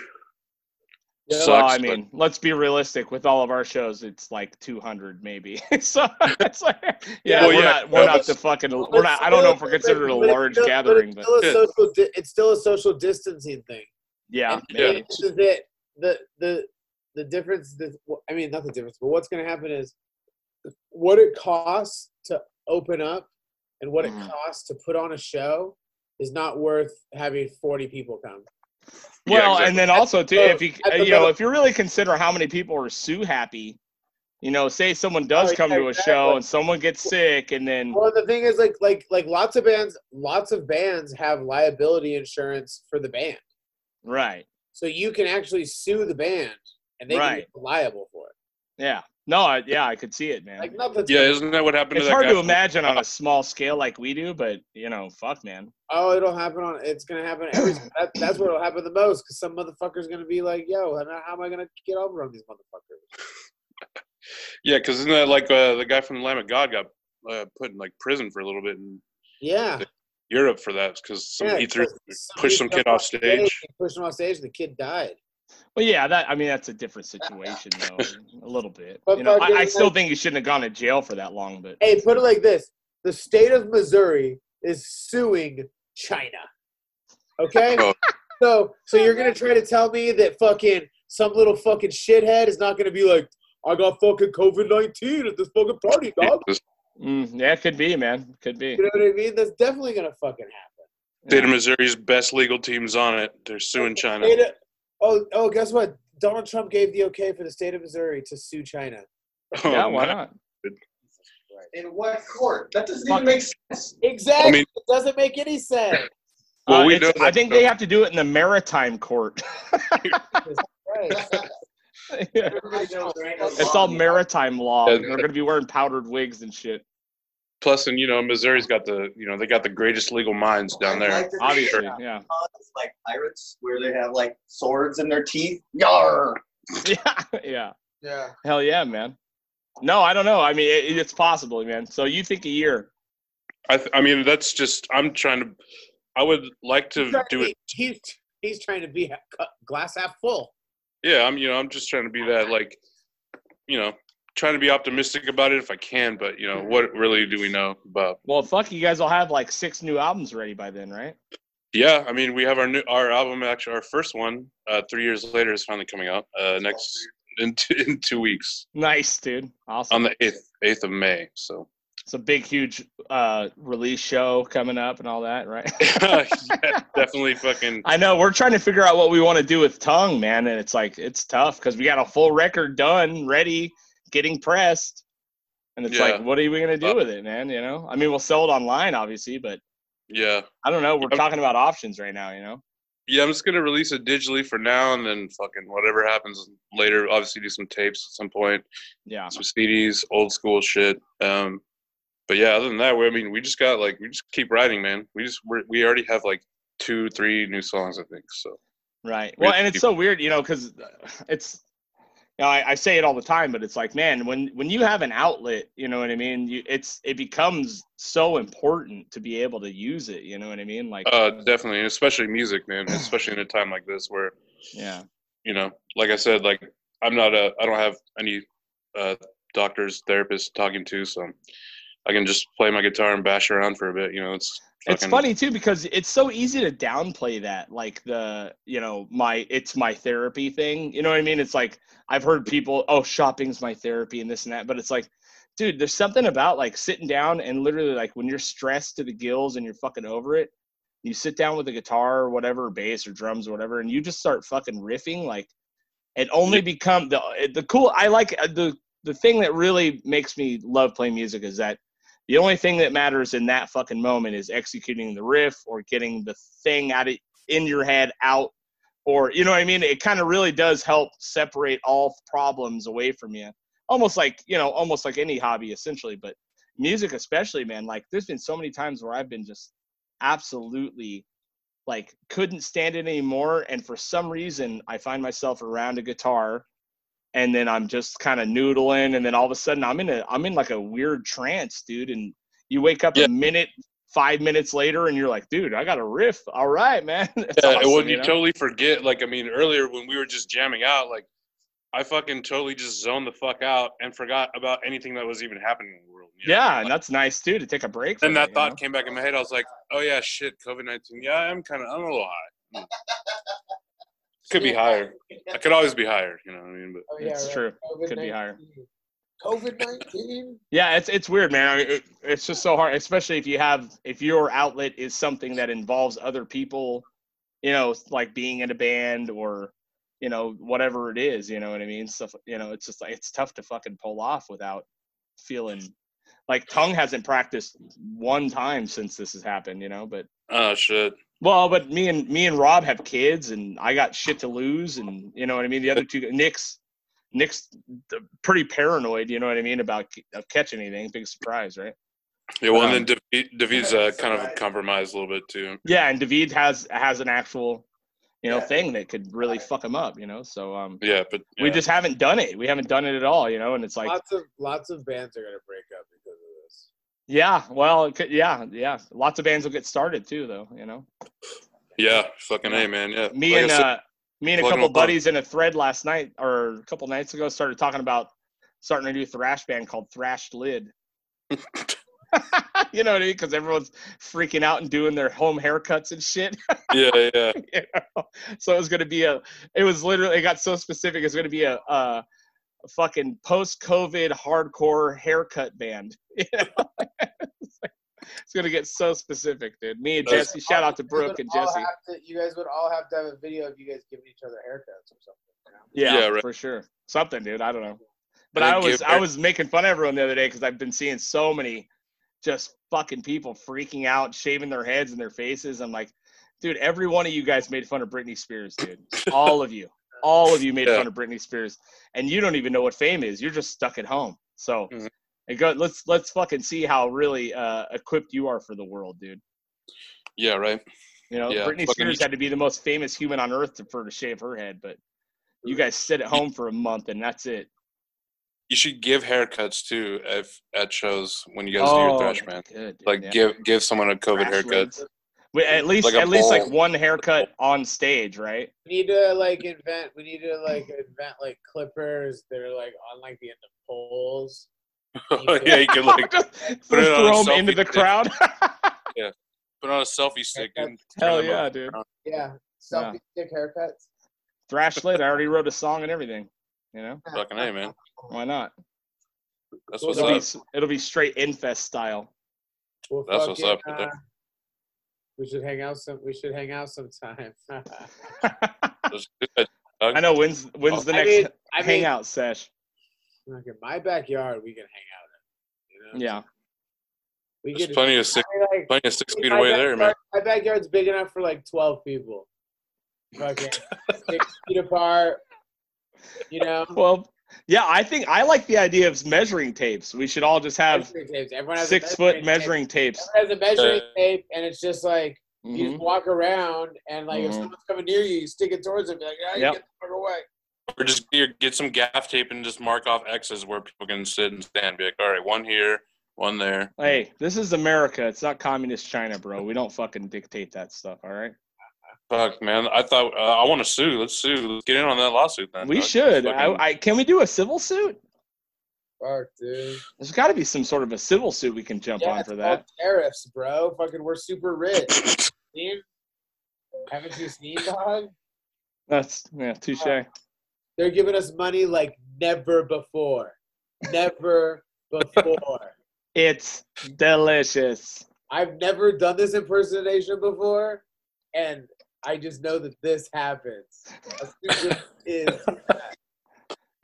Speaker 3: Yeah.
Speaker 2: well, I
Speaker 4: but-
Speaker 2: mean, let's be realistic. With all of our shows, it's like 200 maybe. so it's like, yeah,
Speaker 3: Well,
Speaker 2: we're
Speaker 4: yeah,
Speaker 2: not, we're
Speaker 4: no,
Speaker 2: not
Speaker 4: that's-
Speaker 2: the fucking, we're not. I don't know if we're considered a
Speaker 3: But it's
Speaker 2: large
Speaker 3: still-
Speaker 2: gathering,
Speaker 3: It's
Speaker 2: but
Speaker 3: still, a
Speaker 4: Yeah.
Speaker 3: social di- it's still a social distancing thing.
Speaker 2: yeah,
Speaker 3: And
Speaker 2: maybe.
Speaker 3: this is it. The the the difference. That, I mean, not the difference, but what's going to happen is what it costs to open up and what
Speaker 2: Mhm.
Speaker 3: it costs to put on a show is not worth having forty people come.
Speaker 4: Yeah,
Speaker 2: Well,
Speaker 4: exactly.
Speaker 2: and then also too, if you
Speaker 3: at the
Speaker 2: you know,
Speaker 3: level-
Speaker 2: if you really consider how many people are Sue happy, you know, say someone does
Speaker 3: Oh,
Speaker 2: come
Speaker 3: yeah,
Speaker 2: to a show
Speaker 3: exactly.
Speaker 2: and someone gets sick, and then
Speaker 3: Well, the thing is, like, like, like, lots of bands, lots of bands have liability insurance for the band,
Speaker 2: right,
Speaker 3: so you can actually sue the band, and they can
Speaker 2: Right.
Speaker 3: be liable for it.
Speaker 2: yeah, no, I, yeah, I could see it, man.
Speaker 3: Like, nothing.
Speaker 4: Yeah, isn't that what happened
Speaker 2: it's
Speaker 4: to that
Speaker 2: hard
Speaker 4: guy?
Speaker 2: to imagine on a small scale like we do, but you know, fuck, man.
Speaker 3: Oh, it'll happen on. It's gonna happen every. that, that's where it'll happen the most, because some motherfucker's gonna be like, "Yo, how, how am I gonna get over on these motherfuckers?"
Speaker 4: Yeah, because isn't that like uh, the guy from the Lamb of God got uh, put in like prison for a little bit in
Speaker 3: Yeah.
Speaker 4: Europe for that because some E
Speaker 3: yeah,
Speaker 4: he threw
Speaker 3: 'cause somebody
Speaker 4: pushed some
Speaker 3: fell
Speaker 4: kid off stage.
Speaker 3: they Pushed him off stage, and the kid died.
Speaker 2: Well, yeah, that I mean that's a different situation though, a little bit.
Speaker 3: But
Speaker 2: You know, I, I
Speaker 3: fucking-
Speaker 2: still think you shouldn't have gone to jail for that long, but
Speaker 3: Hey, put it like this: the state of Missouri is suing China. Okay.
Speaker 4: Oh.
Speaker 3: so, so you're gonna try to tell me that fucking some little fucking shithead is not gonna be like, "I got fucking COVID nineteen at this fucking party, dog."
Speaker 4: Jesus.
Speaker 2: Mm, yeah, it could be, man. Could be.
Speaker 3: You know what I mean? That's definitely gonna fucking happen.
Speaker 4: State of Missouri's best legal team's on it. They're suing China.
Speaker 3: State of- oh, oh, guess what? Donald Trump gave the okay for the state of Missouri to sue China.
Speaker 4: Oh,
Speaker 2: Yeah, why
Speaker 4: man.
Speaker 2: not?
Speaker 5: In what court? That doesn't
Speaker 2: Fuck.
Speaker 5: even make sense.
Speaker 3: Exactly.
Speaker 4: I mean-
Speaker 3: it doesn't make any sense.
Speaker 4: Well,
Speaker 2: Uh,
Speaker 4: we
Speaker 2: it's-
Speaker 4: know
Speaker 2: I
Speaker 4: that-
Speaker 2: think they have to do it in the maritime court.
Speaker 3: Right.
Speaker 5: Everybody knows there ain't no
Speaker 2: It's
Speaker 5: law.
Speaker 2: all maritime law.
Speaker 4: Yeah.
Speaker 2: They're going to be wearing powdered wigs and shit.
Speaker 4: Plus, and you know, Missouri's got the you know they got the greatest legal minds down
Speaker 5: I'd
Speaker 4: there.
Speaker 5: like to see
Speaker 2: Obviously,
Speaker 5: it
Speaker 2: yeah.
Speaker 5: caused, like pirates, where they have like swords in their teeth. Yar.
Speaker 2: Yeah, yeah.
Speaker 5: Yeah.
Speaker 2: Hell yeah, man. No, I don't know. I mean, it, it's possible, man. So you think a year?
Speaker 4: I, th- I mean, that's just I'm trying to. I would like
Speaker 3: He's
Speaker 4: to
Speaker 3: trying to
Speaker 4: do it.
Speaker 3: be- He's, he's trying to be ha- cu- glass half full.
Speaker 4: Yeah, I'm you know I'm just trying to be that like, you know, trying to be optimistic about it if I can. But you know, what really do we know about?
Speaker 2: Well, fuck, you guys will have like six new albums ready by then, right?
Speaker 4: Yeah, I mean, we have our new our album actually our first one uh, three years later is finally coming out uh, next in two, in two weeks
Speaker 2: Nice, dude.
Speaker 4: on
Speaker 2: Awesome.
Speaker 4: the eighth eighth of May. So
Speaker 2: It's a big, huge uh, release show coming up and all that, right?
Speaker 4: yeah, definitely fucking
Speaker 2: I know we're trying to figure out what we want to do with tongue, man, and it's like it's tough because we got a full record done, ready, getting pressed, and it's
Speaker 4: Yeah.
Speaker 2: like, what are we gonna do with it, man? You know, I mean, we'll sell it online, obviously, but
Speaker 4: yeah.
Speaker 2: I don't know. We're
Speaker 4: Yeah.
Speaker 2: talking about options right now, you know.
Speaker 4: Yeah, I'm just gonna release it digitally for now, and then fucking whatever happens later. Obviously, do some tapes at some point,
Speaker 2: Yeah,
Speaker 4: some CDs, old school shit. Um, but yeah, other than that, we, I mean, we just got like we just keep writing, man. We just we're, we already have like two, three new songs, I think. So
Speaker 2: right.
Speaker 4: We
Speaker 2: Well, and
Speaker 4: have to
Speaker 2: it's
Speaker 4: keep-
Speaker 2: so weird, you know, because it's. You know, I, I say it all the time, but it's like, man, when when you have an outlet, you know what I mean. You, it's it becomes so important to be able to use it. You know what I mean? Like,
Speaker 4: uh, definitely, and especially music, man. Especially in a time like this where
Speaker 2: yeah,
Speaker 4: you know, like I said, like I'm not a, I don't have any uh, doctors, therapists talking to, so I can just play my guitar and bash around for a bit. You know, it's
Speaker 2: it's
Speaker 4: fucking-
Speaker 2: funny too because it's so easy to downplay that like the you know my it's my therapy thing you know what i mean it's like i've heard people oh shopping's my therapy and this and that but it's like dude there's something about like sitting down and literally like when you're stressed to the gills and you're fucking over it you sit down with a guitar or whatever or bass or drums or whatever and you just start fucking riffing like it only become the the cool i like uh, the the thing that really makes me love playing music is that the only thing that matters in that fucking moment is executing the riff or getting the thing out of in your head out or you know what i mean it kind of really does help separate all problems away from you almost like you know almost like any hobby essentially but music especially man like there's been so many times where i've been just absolutely like couldn't stand it anymore and for some reason i find myself around a guitar and then I'm just kind of noodling, and then all of a sudden I'm in a I'm in like a weird trance, dude. And you wake up
Speaker 4: Yeah.
Speaker 2: a minute, five minutes later, and you're like, dude, I got a riff. All right, man. It's
Speaker 4: Yeah,
Speaker 2: awesome,
Speaker 4: and when you
Speaker 2: know?
Speaker 4: totally forget, like I mean, earlier when we were just jamming out, like I fucking totally just zoned the fuck out and forgot about anything that was even happening in the world. you know?
Speaker 2: yeah, and
Speaker 4: Like,
Speaker 2: that's nice too to take a break.
Speaker 4: then
Speaker 2: from
Speaker 4: that
Speaker 2: it, you
Speaker 4: thought
Speaker 2: know?
Speaker 4: came back in my head. I was like, oh yeah, shit, COVID nineteen. Yeah, I'm kind of, I'm a little high. Could be higher. I could always be higher. You know what I mean? But
Speaker 3: Oh,
Speaker 2: It's true. Could be higher.
Speaker 3: COVID 19?
Speaker 2: Yeah, it's it's weird, man. I mean, it, it's just so hard, especially if you have if your outlet is something that involves other people, you know, like being in a band or you know whatever it is, you know what I mean. Stuff, you know, it's just like it's tough to fucking pull off without feeling like tongue hasn't practiced one time since this has happened, you know. But
Speaker 4: oh shit.
Speaker 2: well, but me and me and Rob have kids, and I got shit to lose, and you know what I mean. The other two, Nick's Nick's th- pretty paranoid, you know what I mean, about c- of catching anything. Big surprise, right?
Speaker 4: Yeah, well,
Speaker 2: Um,
Speaker 4: and then David, David's uh, kind of compromised a little bit too.
Speaker 2: Yeah, and David has has an actual, you know,
Speaker 5: Yeah.
Speaker 2: thing that could really fuck him up, you know. So um,
Speaker 4: Yeah, but
Speaker 2: we
Speaker 4: yeah.
Speaker 2: just haven't done it. We haven't done it at all, you know. And it's like,
Speaker 3: Lots of lots of bands are gonna break up because of this.
Speaker 2: yeah, well, it could, yeah, yeah. Lots of bands will get started too, though, you know.
Speaker 4: yeah, fucking a man. Yeah,
Speaker 2: me
Speaker 4: Like I
Speaker 2: and uh,
Speaker 4: said-
Speaker 2: me and a
Speaker 4: plug 'em
Speaker 2: couple
Speaker 4: along.
Speaker 2: buddies in a thread last night or a couple nights ago started talking about starting a new thrash band called Thrashed Lid. you know what I mean? Because everyone's freaking out and doing their home haircuts and shit.
Speaker 4: yeah, yeah.
Speaker 2: you know? So it was going to be a. It was literally. It got so specific. It's going to be a, a fucking post-COVID hardcore haircut band. You know? it's, like- it's gonna get so specific, dude. Me and
Speaker 4: Those-
Speaker 2: Jesse. Shout out to
Speaker 3: You would
Speaker 2: Brooke and
Speaker 3: all
Speaker 2: Jesse.
Speaker 3: have to- you guys would all have to have a video of you guys giving each other haircuts or something. you know?
Speaker 2: Yeah,
Speaker 4: Yeah, right.
Speaker 2: for sure. Something, dude. I don't know. But
Speaker 4: And
Speaker 2: I
Speaker 4: then
Speaker 2: was
Speaker 4: give
Speaker 2: I
Speaker 4: her-
Speaker 2: was making fun of everyone the other day because I've been seeing so many just fucking people freaking out, shaving their heads and their faces. I'm like, dude, every one of you guys made fun of Britney Spears, dude. All of you. All of you made
Speaker 4: Yeah.
Speaker 2: fun of Britney Spears. And you don't even know what fame is. You're just stuck at home. So
Speaker 4: Mhm.
Speaker 2: and go, let's let's fucking see how really uh, equipped you are for the world, dude.
Speaker 4: Yeah, right.
Speaker 2: You know,
Speaker 4: Yeah,
Speaker 2: Britney
Speaker 4: fucking
Speaker 2: Spears
Speaker 4: each-
Speaker 2: had to be the most famous human on earth to, for her to shave her head, but you guys sit at home for a month and that's it.
Speaker 4: You should give haircuts too if, at shows when you guys do your thrash man.
Speaker 2: Oh, Good, dude,
Speaker 4: Like
Speaker 2: yeah.
Speaker 4: give give someone a COVID
Speaker 2: Thrash
Speaker 4: haircut.
Speaker 2: leads. Wait, at least
Speaker 4: Like a
Speaker 2: at least like
Speaker 4: bald-
Speaker 2: one haircut on stage, right?
Speaker 3: We need to like invent. We need to like invent like clippers that are like on like the end of poles.
Speaker 4: Oh, yeah, you could like
Speaker 2: Just, just
Speaker 4: put it on
Speaker 2: throw
Speaker 4: a
Speaker 2: them into
Speaker 4: selfie
Speaker 2: the
Speaker 4: stick.
Speaker 2: crowd.
Speaker 4: put on a selfie stick and
Speaker 2: Hell
Speaker 4: turn them
Speaker 2: yeah,
Speaker 4: up.
Speaker 2: dude.
Speaker 3: Yeah, selfie stick haircuts.
Speaker 2: Thrash lit. I already wrote a song and everything. You know,
Speaker 4: Fucking hey, man.
Speaker 2: why not?
Speaker 4: That's
Speaker 3: Well,
Speaker 4: what's
Speaker 2: It'll
Speaker 4: up.
Speaker 2: be, it'll be straight infest style.
Speaker 3: We'll
Speaker 4: That's what's
Speaker 3: fucking,
Speaker 4: up right there.
Speaker 3: uh, we should hang out some. We should hang out sometime.
Speaker 2: I
Speaker 4: Let's do that.
Speaker 2: know. When's
Speaker 4: Oh.
Speaker 2: when's the
Speaker 3: I
Speaker 2: next
Speaker 3: mean, I mean,
Speaker 2: hangout sesh?
Speaker 3: like in my backyard, we can hang out. In, you know?
Speaker 2: Yeah,
Speaker 3: we
Speaker 4: There's
Speaker 3: could
Speaker 4: plenty of six
Speaker 3: I mean, like,
Speaker 4: plenty of six feet
Speaker 3: my
Speaker 4: away there, man.
Speaker 3: backyard- My backyard's big enough for like twelve people. Fucking six feet apart. You know,
Speaker 2: Well, yeah. I think I like the idea of measuring tapes. We should all just have
Speaker 3: measuring tapes. Everyone has a
Speaker 2: six foot
Speaker 3: measuring.
Speaker 2: measuring tapes.
Speaker 3: tape. Everyone has a measuring
Speaker 4: Uh, mm-hmm.
Speaker 3: tape, and it's just like you
Speaker 2: Mhm.
Speaker 3: just walk around, and like if
Speaker 2: Mhm.
Speaker 3: someone's coming near you, you stick it towards them, be like, "Ah, you
Speaker 2: Yep.
Speaker 3: get the fuck away."
Speaker 4: Or just get, your- get some gaff tape and just mark off X's where people can sit and stand. Be like, all right, one here, one there.
Speaker 2: Hey, this is America. It's not communist China, bro. We don't fucking dictate that stuff. All right.
Speaker 4: Fuck, man. I thought uh, I want to sue. Let's sue. Let's get in on that lawsuit then.
Speaker 2: We
Speaker 4: dog.
Speaker 2: should. I,
Speaker 4: Fucking-
Speaker 2: I can we do a civil suit?
Speaker 3: Fuck, dude.
Speaker 2: There's got to be some sort of a civil suit we can jump on
Speaker 3: it's
Speaker 2: for
Speaker 3: called
Speaker 2: that.
Speaker 3: Tariffs, bro. Fucking, we're super rich. Dude, haven't you seen, dog?
Speaker 2: That's yeah, touche.
Speaker 3: Uh, They're giving us money like never before. Never before.
Speaker 2: It's delicious.
Speaker 3: I've never done this impersonation before, and I just know that this happens. A student is,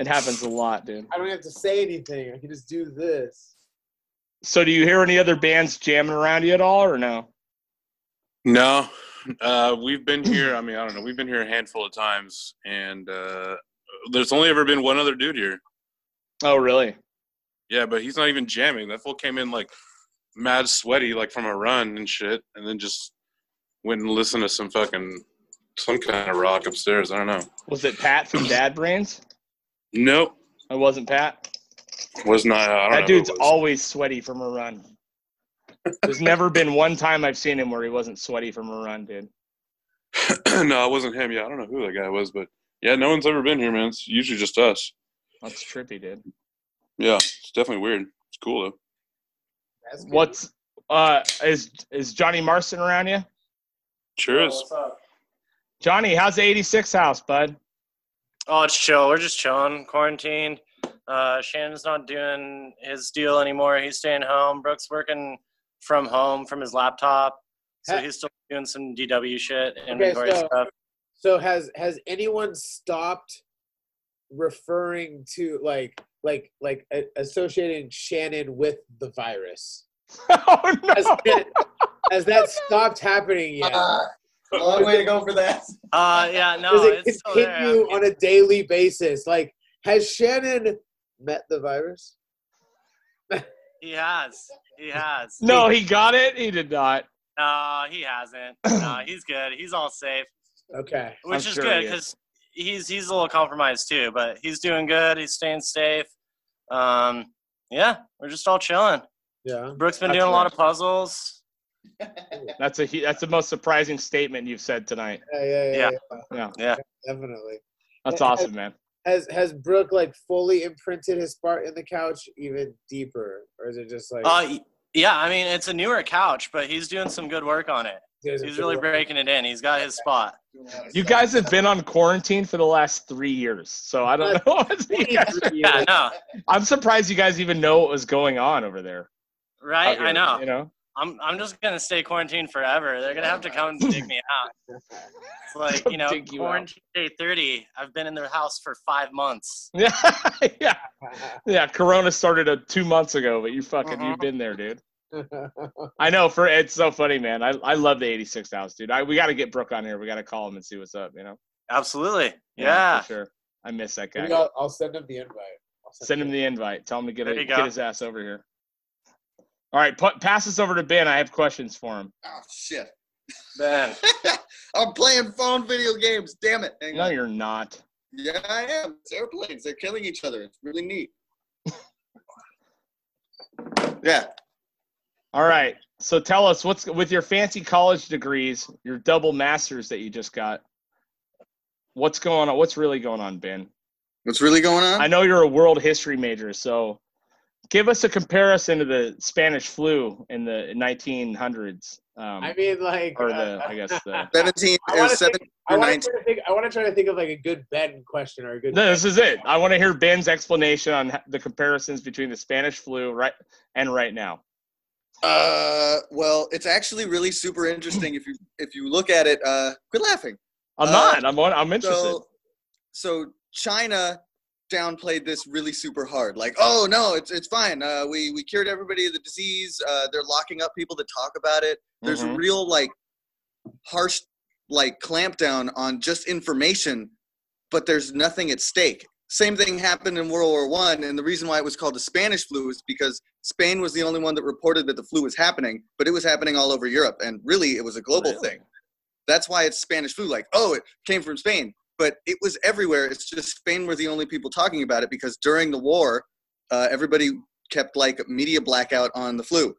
Speaker 2: It happens a lot, dude.
Speaker 3: I don't have to say anything. I can just do this.
Speaker 2: So, do you hear any other bands jamming around you at all, or no?
Speaker 4: No, uh, we've been here. I mean, I don't know. We've been here a handful of times, and uh, there's only ever been one other dude here.
Speaker 2: Oh, really?
Speaker 4: Yeah, but he's not even jamming. That fool came in like mad sweaty, like from a run and shit, and then just went and listened to some fucking some kind of rock upstairs. I don't know.
Speaker 2: Was it Pat from Dad Brains?
Speaker 4: Nope,
Speaker 2: It wasn't Pat.
Speaker 4: was not. I don't know
Speaker 2: That
Speaker 4: who it
Speaker 2: dude's
Speaker 4: was.
Speaker 2: always sweaty from a run. There's never been one time I've seen him where he wasn't sweaty from a run, dude.
Speaker 4: no, it wasn't him. Yeah, I don't know who that guy was, but yeah, no one's ever been here, man. It's usually just us.
Speaker 2: That's trippy, dude.
Speaker 4: Yeah, it's definitely weird. It's cool though.
Speaker 3: That's good.
Speaker 2: What's uh is is Johnny Marston around you?
Speaker 4: Sure is.
Speaker 2: Johnny, how's the 86 house, bud?
Speaker 6: Oh, it's chill. We're just chilling, quarantined. Uh, Shannon's not doing his deal anymore. He's staying home. Brooks working from home from his laptop, so
Speaker 3: Ha-
Speaker 6: he's still doing some DW shit,
Speaker 3: Okay,
Speaker 6: inventory
Speaker 3: so-
Speaker 6: stuff.
Speaker 3: So has has anyone stopped referring to like like like a- associating Shannon with the virus?
Speaker 2: oh
Speaker 3: Has,
Speaker 2: no.
Speaker 3: has that stopped happening yet?
Speaker 5: Ah, long way to go for that.
Speaker 6: Uh, yeah, no,
Speaker 3: Does it
Speaker 6: it's still there.
Speaker 3: continue on a daily basis? Like, has Shannon met the virus?
Speaker 6: He has. He has.
Speaker 2: No, he got it. He did not.
Speaker 6: No, he hasn't. No, he's good. He's all safe,
Speaker 3: Okay.
Speaker 6: which
Speaker 2: I'm
Speaker 6: is
Speaker 2: sure
Speaker 6: good
Speaker 2: he is.
Speaker 6: because he's he's a little compromised too, but he's doing good. He's staying safe. Um, yeah, we're just all chilling.
Speaker 3: Yeah.
Speaker 6: Brooks been
Speaker 2: That's
Speaker 6: doing a lot
Speaker 2: nice.
Speaker 6: of puzzles.
Speaker 2: That's a hu- that's the most surprising statement you've said tonight.
Speaker 3: Yeah. Yeah. Yeah.
Speaker 6: Yeah.
Speaker 2: Yeah.
Speaker 6: Yeah.
Speaker 3: Definitely.
Speaker 2: That's awesome, man.
Speaker 3: Has Has Brooke like fully imprinted his part in the couch even deeper, or is it just like
Speaker 6: Uh, y- yeah, I mean it's a newer couch, but he's doing some good work on it. He's really breaking it in. He's got his spot.
Speaker 2: You guys have been on quarantine for the last three years, so I don't know. What you guys are-
Speaker 6: Yeah, no,
Speaker 2: I'm surprised you guys even know what was going on over there.
Speaker 6: right?
Speaker 2: out here,
Speaker 6: I know.
Speaker 2: You know,
Speaker 6: I'm I'm just gonna stay quarantined forever. They're gonna have to come and dig me out. It's like you know,
Speaker 2: Dig you out.
Speaker 6: quarantine day thirty. I've been in their house for five months.
Speaker 2: yeah, yeah, yeah. Corona started uh, two months ago, but you fucking
Speaker 6: Uh-huh.
Speaker 2: you've been there, dude. I know. For it's so funny, man. I I love the '86 house, dude. I we got to get Brooke on here. We got to call him and see what's up. You know.
Speaker 6: Absolutely.
Speaker 2: Yeah,
Speaker 6: Yeah.
Speaker 2: for sure. I miss that
Speaker 3: Maybe
Speaker 2: guy.
Speaker 3: I'll, I'll send him the invite. I'll
Speaker 2: Send him the invite. Tell him to get,
Speaker 6: There
Speaker 2: a,
Speaker 6: you go.
Speaker 2: get his ass over here. All right, pa- pass this over to Ben. I have questions for him.
Speaker 5: Oh shit!
Speaker 6: Ben.
Speaker 5: I'm playing phone video games. Damn it! Hang
Speaker 2: No,
Speaker 5: on.
Speaker 2: you're not.
Speaker 5: Yeah, I am. It's airplanes. They're killing each other. It's really neat. yeah.
Speaker 2: All right. So tell us what's with your fancy college degrees, your double masters that you just got. What's going on? What's really going on, Ben?
Speaker 5: What's really going on?
Speaker 2: I know you're a world history major, so give us a comparison to the Spanish flu in the 1900s. Um,
Speaker 3: I mean, uh, like,
Speaker 2: or the, I guess the.
Speaker 5: 17
Speaker 3: I
Speaker 5: or
Speaker 3: wanna
Speaker 5: 17
Speaker 3: I
Speaker 5: or
Speaker 3: want
Speaker 5: 19.
Speaker 3: to think. I want to try to think of like a good Ben question or a good.
Speaker 2: No, this is it. I want to hear Ben's explanation on h- the comparisons between the Spanish flu right and right now.
Speaker 5: Uh, well, it's actually really super interesting if you if you look at it. Uh, quit laughing.
Speaker 2: I'm
Speaker 5: Uh,
Speaker 2: not. I'm on, I'm interested.
Speaker 5: So, so China downplayed this really super hard. Like, oh no, it's it's fine. Uh, we we cured everybody of the disease. Uh, they're locking up people to talk about it. There's
Speaker 2: Mhm.
Speaker 5: a real like harsh like clampdown on just information, but there's nothing at stake. Same thing happened in World War One, and the reason why it was called the Spanish flu is because Spain was the only one that reported that the flu was happening, but it was happening all over Europe, and really it was a global
Speaker 2: Really?
Speaker 5: thing. That's why it's Spanish flu. Like, oh, it came from Spain, but it was everywhere. It's just Spain were the only people talking about it because during the war, uh, everybody kept like a media blackout on the flu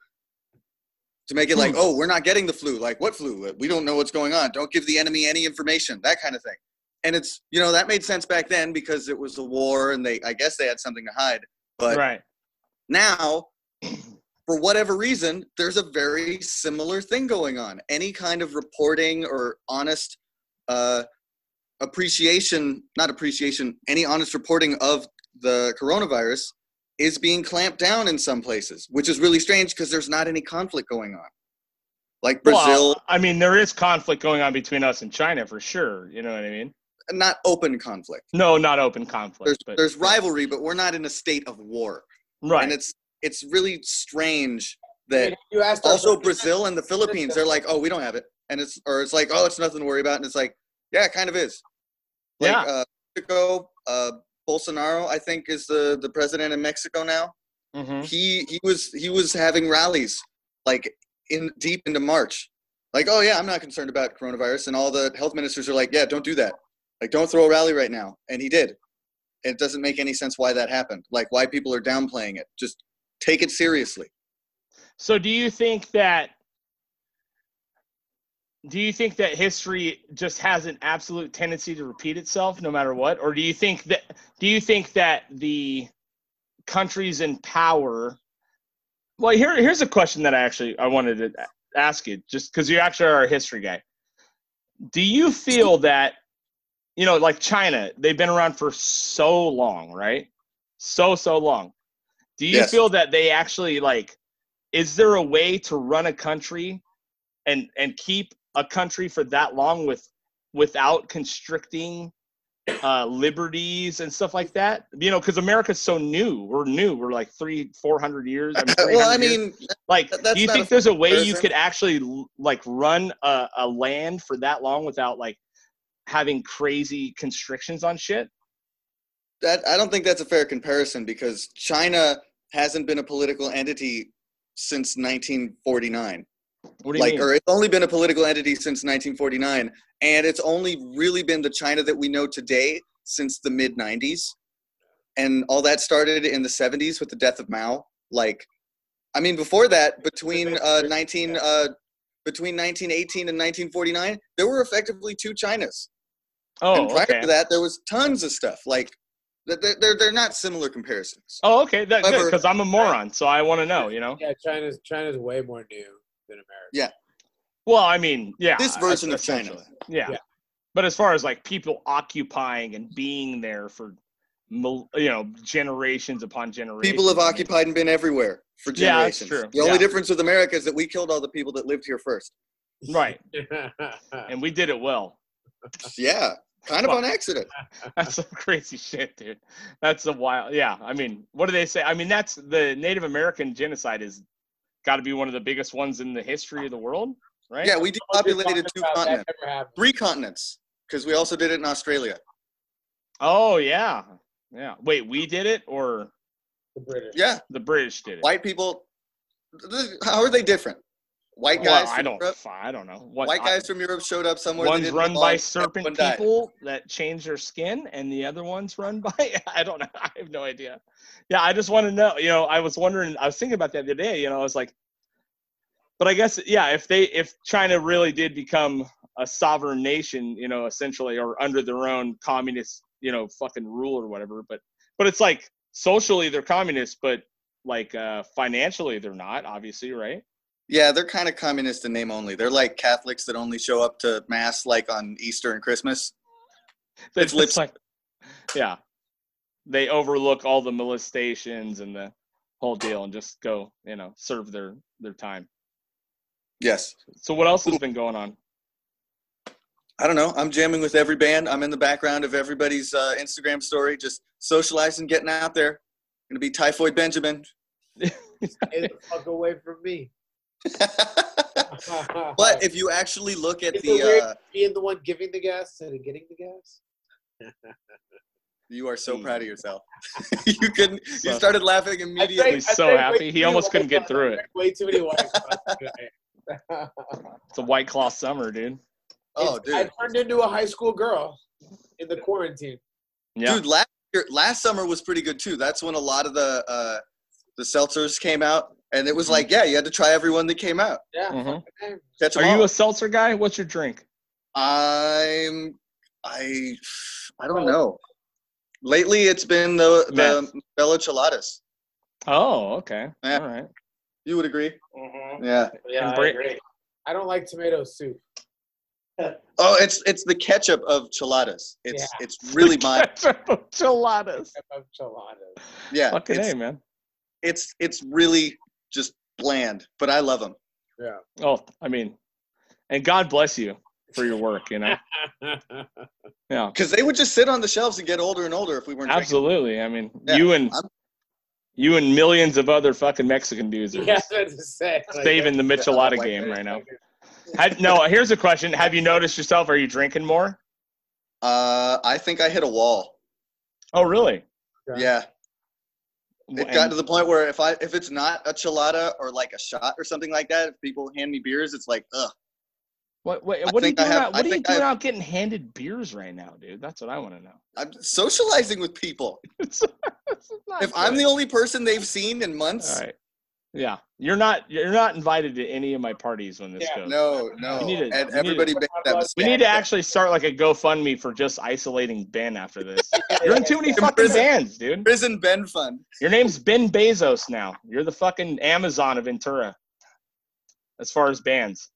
Speaker 5: to make it like,
Speaker 2: Hmm.
Speaker 5: oh, we're not getting the flu. Like, what flu? Uh, We don't know what's going on. Don't give the enemy any information. That kind of thing. And it's you know that made sense back then because it was a war and they I guess they had something to hide. But
Speaker 2: right.
Speaker 5: now for whatever reason there's a very similar thing going on any kind of reporting or honest uh, appreciation not appreciation any honest reporting of the coronavirus is being clamped down in some places which is really strange because there's not any conflict going on like brazil
Speaker 2: Well, I mean, there is conflict going on between us and China for sure. You know what I mean?
Speaker 5: not open conflict
Speaker 2: No, not open conflict.
Speaker 5: there's,
Speaker 2: but
Speaker 5: there's rivalry but we're not in a state of war
Speaker 2: right.
Speaker 5: and it's it's really strange
Speaker 3: I
Speaker 5: that
Speaker 3: mean, if you asked our-
Speaker 5: also Brazil and the Philippines, they're like, oh, we don't have it, and it's or it's like, oh, it's nothing to worry about, and it's like, yeah, it kind of is. Like,
Speaker 2: Yeah.
Speaker 5: Uh, Mexico, uh, Bolsonaro, I think, is the the president in Mexico now.
Speaker 2: Mhm.
Speaker 5: He he was he was having rallies like in deep into March, like, oh yeah, I'm not concerned about coronavirus, and all the health ministers are like, yeah, don't do that, like, don't throw a rally right now, and he did. It doesn't make any sense why that happened, like why people are downplaying it. Just take it seriously.
Speaker 2: So, do you think that? Do you think that history just has an absolute tendency to repeat itself, no matter what, or do you think that? Do you think that the countries in power? Well, here here's a question that I actually I wanted to ask you, just because you actually are a history guy. Do you feel that, you know, like China, they've been around for so long, right? So so long. Do you
Speaker 5: Yes.
Speaker 2: feel that they actually like? Is there a way to run a country, and and keep a country for that long with without constricting uh, liberties and stuff like that? You know, because America's so new. We're new. We're like three, four hundred years. I mean,
Speaker 5: well, I
Speaker 2: 300 years.
Speaker 5: mean,
Speaker 2: Like,
Speaker 5: Th- that's
Speaker 2: do you
Speaker 5: not
Speaker 2: think
Speaker 5: a
Speaker 2: there's a way you
Speaker 5: comparison.
Speaker 2: could actually l- like run a, a land for that long without like having crazy constrictions on shit?
Speaker 5: that I don't think that's a fair comparison because China hasn't been a political entity since 1949.
Speaker 2: What do you
Speaker 5: Like,
Speaker 2: mean?
Speaker 5: or it's only been a political entity since 1949, and it's only really been the China that we know today since the mid 90s, and all that started in the 70s with the death of Mao. Like, I mean, before that, between uh, 19 uh, between 1918 and 1949, there were effectively two Chinas
Speaker 2: oh,
Speaker 5: and prior
Speaker 2: okay.
Speaker 5: to that, there was tons of stuff. Like, th- they're, they're, they're not similar comparisons.
Speaker 2: oh, okay. That, good
Speaker 5: However-
Speaker 2: because I'm a moron, so I want to know. You know.
Speaker 3: Yeah, China's China's way more new than America.
Speaker 5: Yeah.
Speaker 2: Well, I mean, yeah.
Speaker 5: This version of China.
Speaker 2: essentially. Yeah.
Speaker 3: Yeah.
Speaker 2: But as far as like people occupying and being there for, mil- you know, generations upon generations.
Speaker 5: People have
Speaker 2: I mean,
Speaker 5: occupied and been everywhere for
Speaker 2: Yeah, that's
Speaker 5: generations.
Speaker 2: true.
Speaker 5: The only
Speaker 2: Yeah.
Speaker 5: difference with America is that we killed all the people that lived here first.
Speaker 2: Right. And we did it well.
Speaker 5: Yeah, kind of
Speaker 2: Fuck.
Speaker 5: on accident.
Speaker 2: That's some crazy shit, dude. That's a wild. Yeah. I mean, what do they say? I mean, that's the Native American genocide is got to be one of the biggest ones in the history of the world, right?
Speaker 5: Yeah, we depopulated two continents,
Speaker 3: That never happened.
Speaker 5: three continents, because we also did it in Australia.
Speaker 2: Oh, yeah. Yeah. Wait, we did it or
Speaker 3: The British.
Speaker 5: Yeah,
Speaker 2: the British did it?
Speaker 5: white people. th- How are they different? White
Speaker 2: Well,
Speaker 5: guys.
Speaker 2: I
Speaker 5: from
Speaker 2: don't.
Speaker 5: Europe-
Speaker 2: fi- I don't know. What,
Speaker 5: White
Speaker 2: I-
Speaker 5: guys from Europe showed up somewhere. they
Speaker 2: one's
Speaker 5: didn't
Speaker 2: run
Speaker 5: belong,
Speaker 2: by
Speaker 5: and
Speaker 2: serpent
Speaker 5: one died.
Speaker 2: people that change their skin, and the other one's run by I don't know. I have no idea. Yeah, I just want to know. You know, I was wondering. I was thinking about that the other day. You know, I was like, but I guess yeah, if they if China really did become a sovereign nation, you know, essentially, or under their own communist, you know, fucking rule or whatever. But but it's like socially they're communist, but like uh financially they're not, obviously, right?
Speaker 5: Yeah, they're kind of communist in name only. They're like Catholics that only show up to mass like on Easter and Christmas.
Speaker 2: That's
Speaker 5: It's
Speaker 2: like, yeah, they overlook all the molestations and the whole deal, and just go, you know, serve their their time.
Speaker 5: Yes.
Speaker 2: So what else has been going on?
Speaker 5: I don't know. I'm jamming with every band. I'm in the background of everybody's uh, Instagram story, just socializing, getting out there. Gonna be Typhoid Benjamin.
Speaker 3: Stay the fuck away from me.
Speaker 5: but
Speaker 3: but
Speaker 5: if you actually look at
Speaker 3: Isn't it
Speaker 5: the,
Speaker 3: weird
Speaker 5: uh,
Speaker 3: being the one giving the gas instead of getting the gas.
Speaker 5: you are so proud of yourself. you couldn't. You started laughing
Speaker 3: I
Speaker 5: immediately.
Speaker 3: drank-
Speaker 2: He's
Speaker 3: I
Speaker 2: so
Speaker 3: drank
Speaker 2: happy.
Speaker 3: way
Speaker 2: He
Speaker 3: too many
Speaker 2: almost
Speaker 3: White
Speaker 2: couldn't get
Speaker 3: Claws.
Speaker 2: through
Speaker 3: I
Speaker 2: it.
Speaker 3: drank Way too many white Claws tonight.
Speaker 2: It's a white claw summer, dude.
Speaker 5: oh,
Speaker 3: It's-
Speaker 5: dude.
Speaker 3: I turned into a high school girl in the quarantine.
Speaker 2: Yeah,
Speaker 5: Dude, last year, last summer was pretty good too. That's when a lot of the uh, the seltzers came out, and
Speaker 2: Mm-hmm.
Speaker 5: it was like, yeah, you had to try everyone that came out.
Speaker 3: Yeah.
Speaker 2: Mhm.
Speaker 3: fucking
Speaker 5: Catch 'em
Speaker 2: Are
Speaker 5: all.
Speaker 2: you a seltzer guy? What's your drink?
Speaker 5: I'm I I
Speaker 3: Oh.
Speaker 5: don't know. Lately, it's been the the Bella Chiladas.
Speaker 2: Oh, okay,
Speaker 5: Yeah.
Speaker 2: all right.
Speaker 5: You would agree?
Speaker 3: name.
Speaker 5: Yeah.
Speaker 2: And
Speaker 6: Mm-hmm. Yeah, I
Speaker 2: Brit-
Speaker 6: agree.
Speaker 3: I don't like tomato soup.
Speaker 5: Oh, it's it's the ketchup of chiladas. It's it's really mild.
Speaker 2: Geladas.
Speaker 3: I love enchiladas.
Speaker 5: Yeah.
Speaker 2: Fucking
Speaker 5: it's,
Speaker 2: a man.
Speaker 5: it's it's really just bland, but I love them.
Speaker 2: Oh, I mean, and God bless you for your work. You know, yeah.
Speaker 5: Because they would just sit on the shelves and get older and older if we weren't drinking.
Speaker 2: Absolutely. I mean,
Speaker 5: Yeah,
Speaker 2: you and
Speaker 5: I'm-
Speaker 2: you and millions of other fucking Mexican dudes are
Speaker 3: yeah,
Speaker 2: just
Speaker 3: that's to say.
Speaker 5: Oh,
Speaker 3: Like,
Speaker 2: saving the Michelada game right now. Had, no, here's a question: Have you noticed yourself? Are you drinking more?
Speaker 5: Uh, I think I hit a wall.
Speaker 2: Oh, really?
Speaker 3: Yeah.
Speaker 5: Yeah. It got
Speaker 2: And-
Speaker 5: to the point where if I if it's not a chilada or like a shot or something like that, if people hand me beers, it's like ugh.
Speaker 2: what
Speaker 5: I
Speaker 2: what, what are you
Speaker 5: think I
Speaker 2: doing?
Speaker 5: have-
Speaker 2: out,
Speaker 5: I
Speaker 2: what are you
Speaker 5: think I
Speaker 2: doing
Speaker 5: have-
Speaker 2: out getting handed beers right now, dude? That's what I want to know.
Speaker 5: I'm socializing with people.
Speaker 2: It's- it's not
Speaker 5: If I'm
Speaker 2: Oh, good.
Speaker 5: the only person they've seen in months,
Speaker 2: all right, yeah, you're not you're not invited to any of my parties when this
Speaker 3: Yeah,
Speaker 2: goes.
Speaker 5: no, no,
Speaker 2: We need to-
Speaker 5: and
Speaker 2: we need
Speaker 5: everybody
Speaker 3: to-
Speaker 5: made that mistake.
Speaker 2: We need to actually start like a GoFundMe for just isolating Ben after this. You're in too many fucking
Speaker 5: Prison.
Speaker 2: bands, dude.
Speaker 5: prison Ben fund.
Speaker 2: Your name's Ben Bezos now. You're the fucking Amazon of Ventura. As far as bands,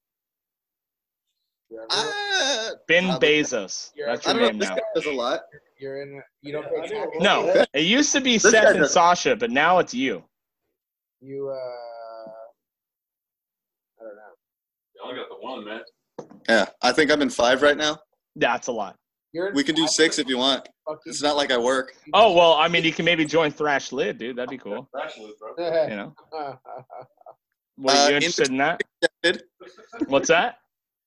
Speaker 3: You're, in-
Speaker 5: Ah,
Speaker 2: Ben
Speaker 5: Uh, but-
Speaker 2: Bezos.
Speaker 3: Yeah.
Speaker 2: That's
Speaker 5: I
Speaker 2: your
Speaker 5: don't know.
Speaker 2: name
Speaker 5: This
Speaker 2: now.
Speaker 5: guy does a lot.
Speaker 3: you're in. You don't pay taxes.
Speaker 2: No, it used to be
Speaker 5: This guy
Speaker 2: Seth and
Speaker 5: does-
Speaker 2: Sasha, but now it's you.
Speaker 3: You. Uh, I don't know.
Speaker 4: Y'all got the one, man.
Speaker 5: Yeah, I think I'm in five right now.
Speaker 2: That's a lot.
Speaker 3: You're in
Speaker 5: We can do six if you want.
Speaker 3: Fucking,
Speaker 5: It's not like I work.
Speaker 2: Oh well, I mean, you can maybe join Thrash Lid, dude. That'd be cool.
Speaker 4: bro.
Speaker 2: You know, what
Speaker 5: Uh,
Speaker 2: are you interested in that?
Speaker 5: Accepted.
Speaker 2: What's that?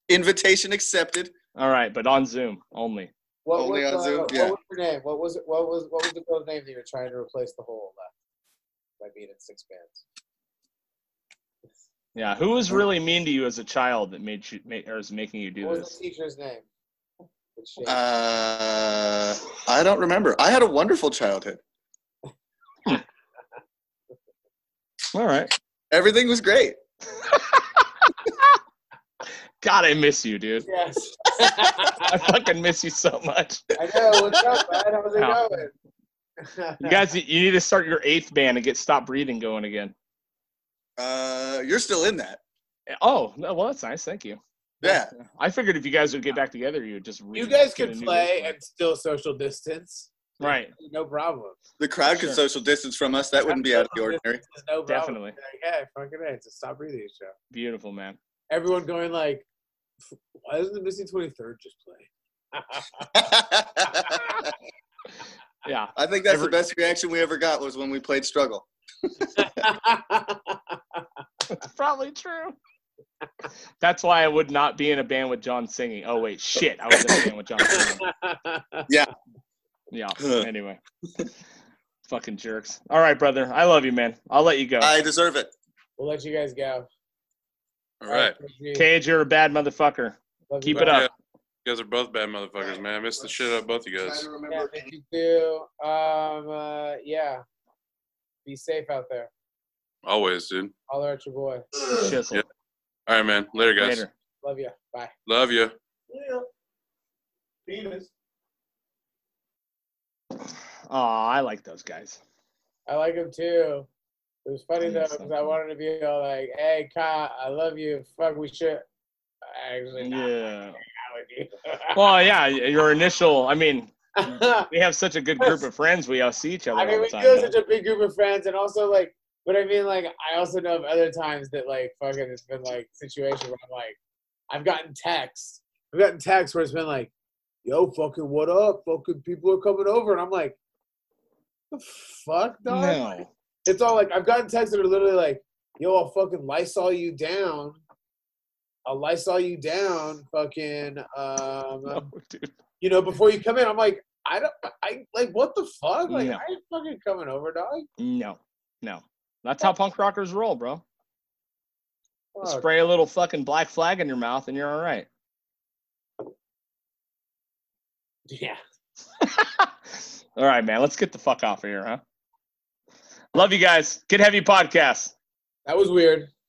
Speaker 5: Invitation accepted.
Speaker 2: All right, but on Zoom only.
Speaker 3: what
Speaker 5: Only
Speaker 3: was,
Speaker 5: on
Speaker 3: uh,
Speaker 5: Zoom?
Speaker 3: What
Speaker 5: Yeah.
Speaker 3: was your name? What was it? What was what was the girl's name that you were trying to replace the hole left by being in six bands?
Speaker 2: Yeah, who was really mean to you as a child that made you ma- or is making you do
Speaker 3: What was
Speaker 2: this?
Speaker 3: the teacher's name? Good shit.
Speaker 5: Uh, I don't remember. I had a wonderful childhood.
Speaker 2: All right.
Speaker 5: Everything was great.
Speaker 2: God, I miss you, dude.
Speaker 3: yes.
Speaker 2: I fucking miss you so much.
Speaker 3: I know. What's up, man? How's it
Speaker 2: Ow.
Speaker 3: going?
Speaker 2: You guys, you need to start your eighth band and get Stop Breathing going again.
Speaker 5: Uh, you're still in that.
Speaker 2: Oh, no, well, that's nice. Thank you.
Speaker 5: Yeah.
Speaker 2: I figured if you guys would get back together, you would just
Speaker 3: You
Speaker 2: really
Speaker 3: guys
Speaker 2: get
Speaker 3: could
Speaker 2: a new
Speaker 3: play
Speaker 2: baseline.
Speaker 3: and still social distance.
Speaker 2: right?
Speaker 3: No problem.
Speaker 5: The crowd could
Speaker 2: Sure.
Speaker 5: social distance from us. That wouldn't be out of the ordinary.
Speaker 3: There's no problem.
Speaker 2: Definitely
Speaker 3: Like, yeah, fucking it. It's a stop breathing show.
Speaker 2: beautiful, man.
Speaker 3: Everyone going like, why doesn't the missing twenty third just play?
Speaker 5: I
Speaker 2: Yeah,
Speaker 5: think that's
Speaker 2: Every-
Speaker 5: the best reaction we ever got was when we played Struggle.
Speaker 2: that's probably true. That's why I would not be in a band with John singing. Oh wait, shit, I was in a band with John singing. Yeah.
Speaker 5: Huh.
Speaker 2: Anyway, fucking jerks. All right, brother. I love you, man. I'll let you go.
Speaker 5: I deserve it.
Speaker 3: we'll let you guys go.
Speaker 4: All right.
Speaker 3: KG.
Speaker 2: Cage, you're a bad motherfucker.
Speaker 3: Love you
Speaker 2: Keep
Speaker 3: guys.
Speaker 2: it up.
Speaker 4: You guys are both bad motherfuckers, man. I miss the shit out of both you guys.
Speaker 3: Yeah, thank you too. Um, uh, yeah. Be safe out there.
Speaker 4: Always, dude.
Speaker 3: Holler at your boy.
Speaker 2: Chisel.
Speaker 4: Yeah. All right, man. Later, guys.
Speaker 2: Later.
Speaker 3: Love you. Bye.
Speaker 4: Love you.
Speaker 5: Penis.
Speaker 2: Oh, I like those guys.
Speaker 3: I like him too. It was funny though
Speaker 2: That's so
Speaker 3: because I
Speaker 2: cool.
Speaker 3: wanted to be all like, "Hey, Kyle, I love you. Fuck, we should." Actually, not
Speaker 2: Yeah.
Speaker 3: hang
Speaker 2: Well, yeah. Your initial. I mean,
Speaker 3: out with you.
Speaker 2: we have such a good group of friends. We all see each other
Speaker 3: I mean,
Speaker 2: all the
Speaker 3: we do
Speaker 2: time.
Speaker 3: have
Speaker 2: though.
Speaker 3: such a big group of friends, and also like, but I mean, like, I also know of other times that like, fucking, it's been like situations where I'm like, I've gotten texts, I've gotten texts where it's been like, "Yo, fucking, what up? Fucking, people are coming over," and I'm like, "The fuck, dog."
Speaker 2: No.
Speaker 3: It's all like I've gotten texts that are literally like, "Yo, I'll fucking lysol you down. I'll lysol you down, fucking." Um,
Speaker 2: No, dude.
Speaker 3: you know, before you come in, I'm like, I don't, I like, what the fuck? Like,
Speaker 2: No.
Speaker 3: I ain't fucking coming over, dog.
Speaker 2: No. No. That's how punk rockers roll, bro.
Speaker 3: Fuck.
Speaker 2: Spray a little fucking black flag in your mouth and you're all right.
Speaker 3: Yeah.
Speaker 2: All right, man. Let's get the fuck off of here, huh? Love you guys. Get heavy podcast.
Speaker 3: That was weird.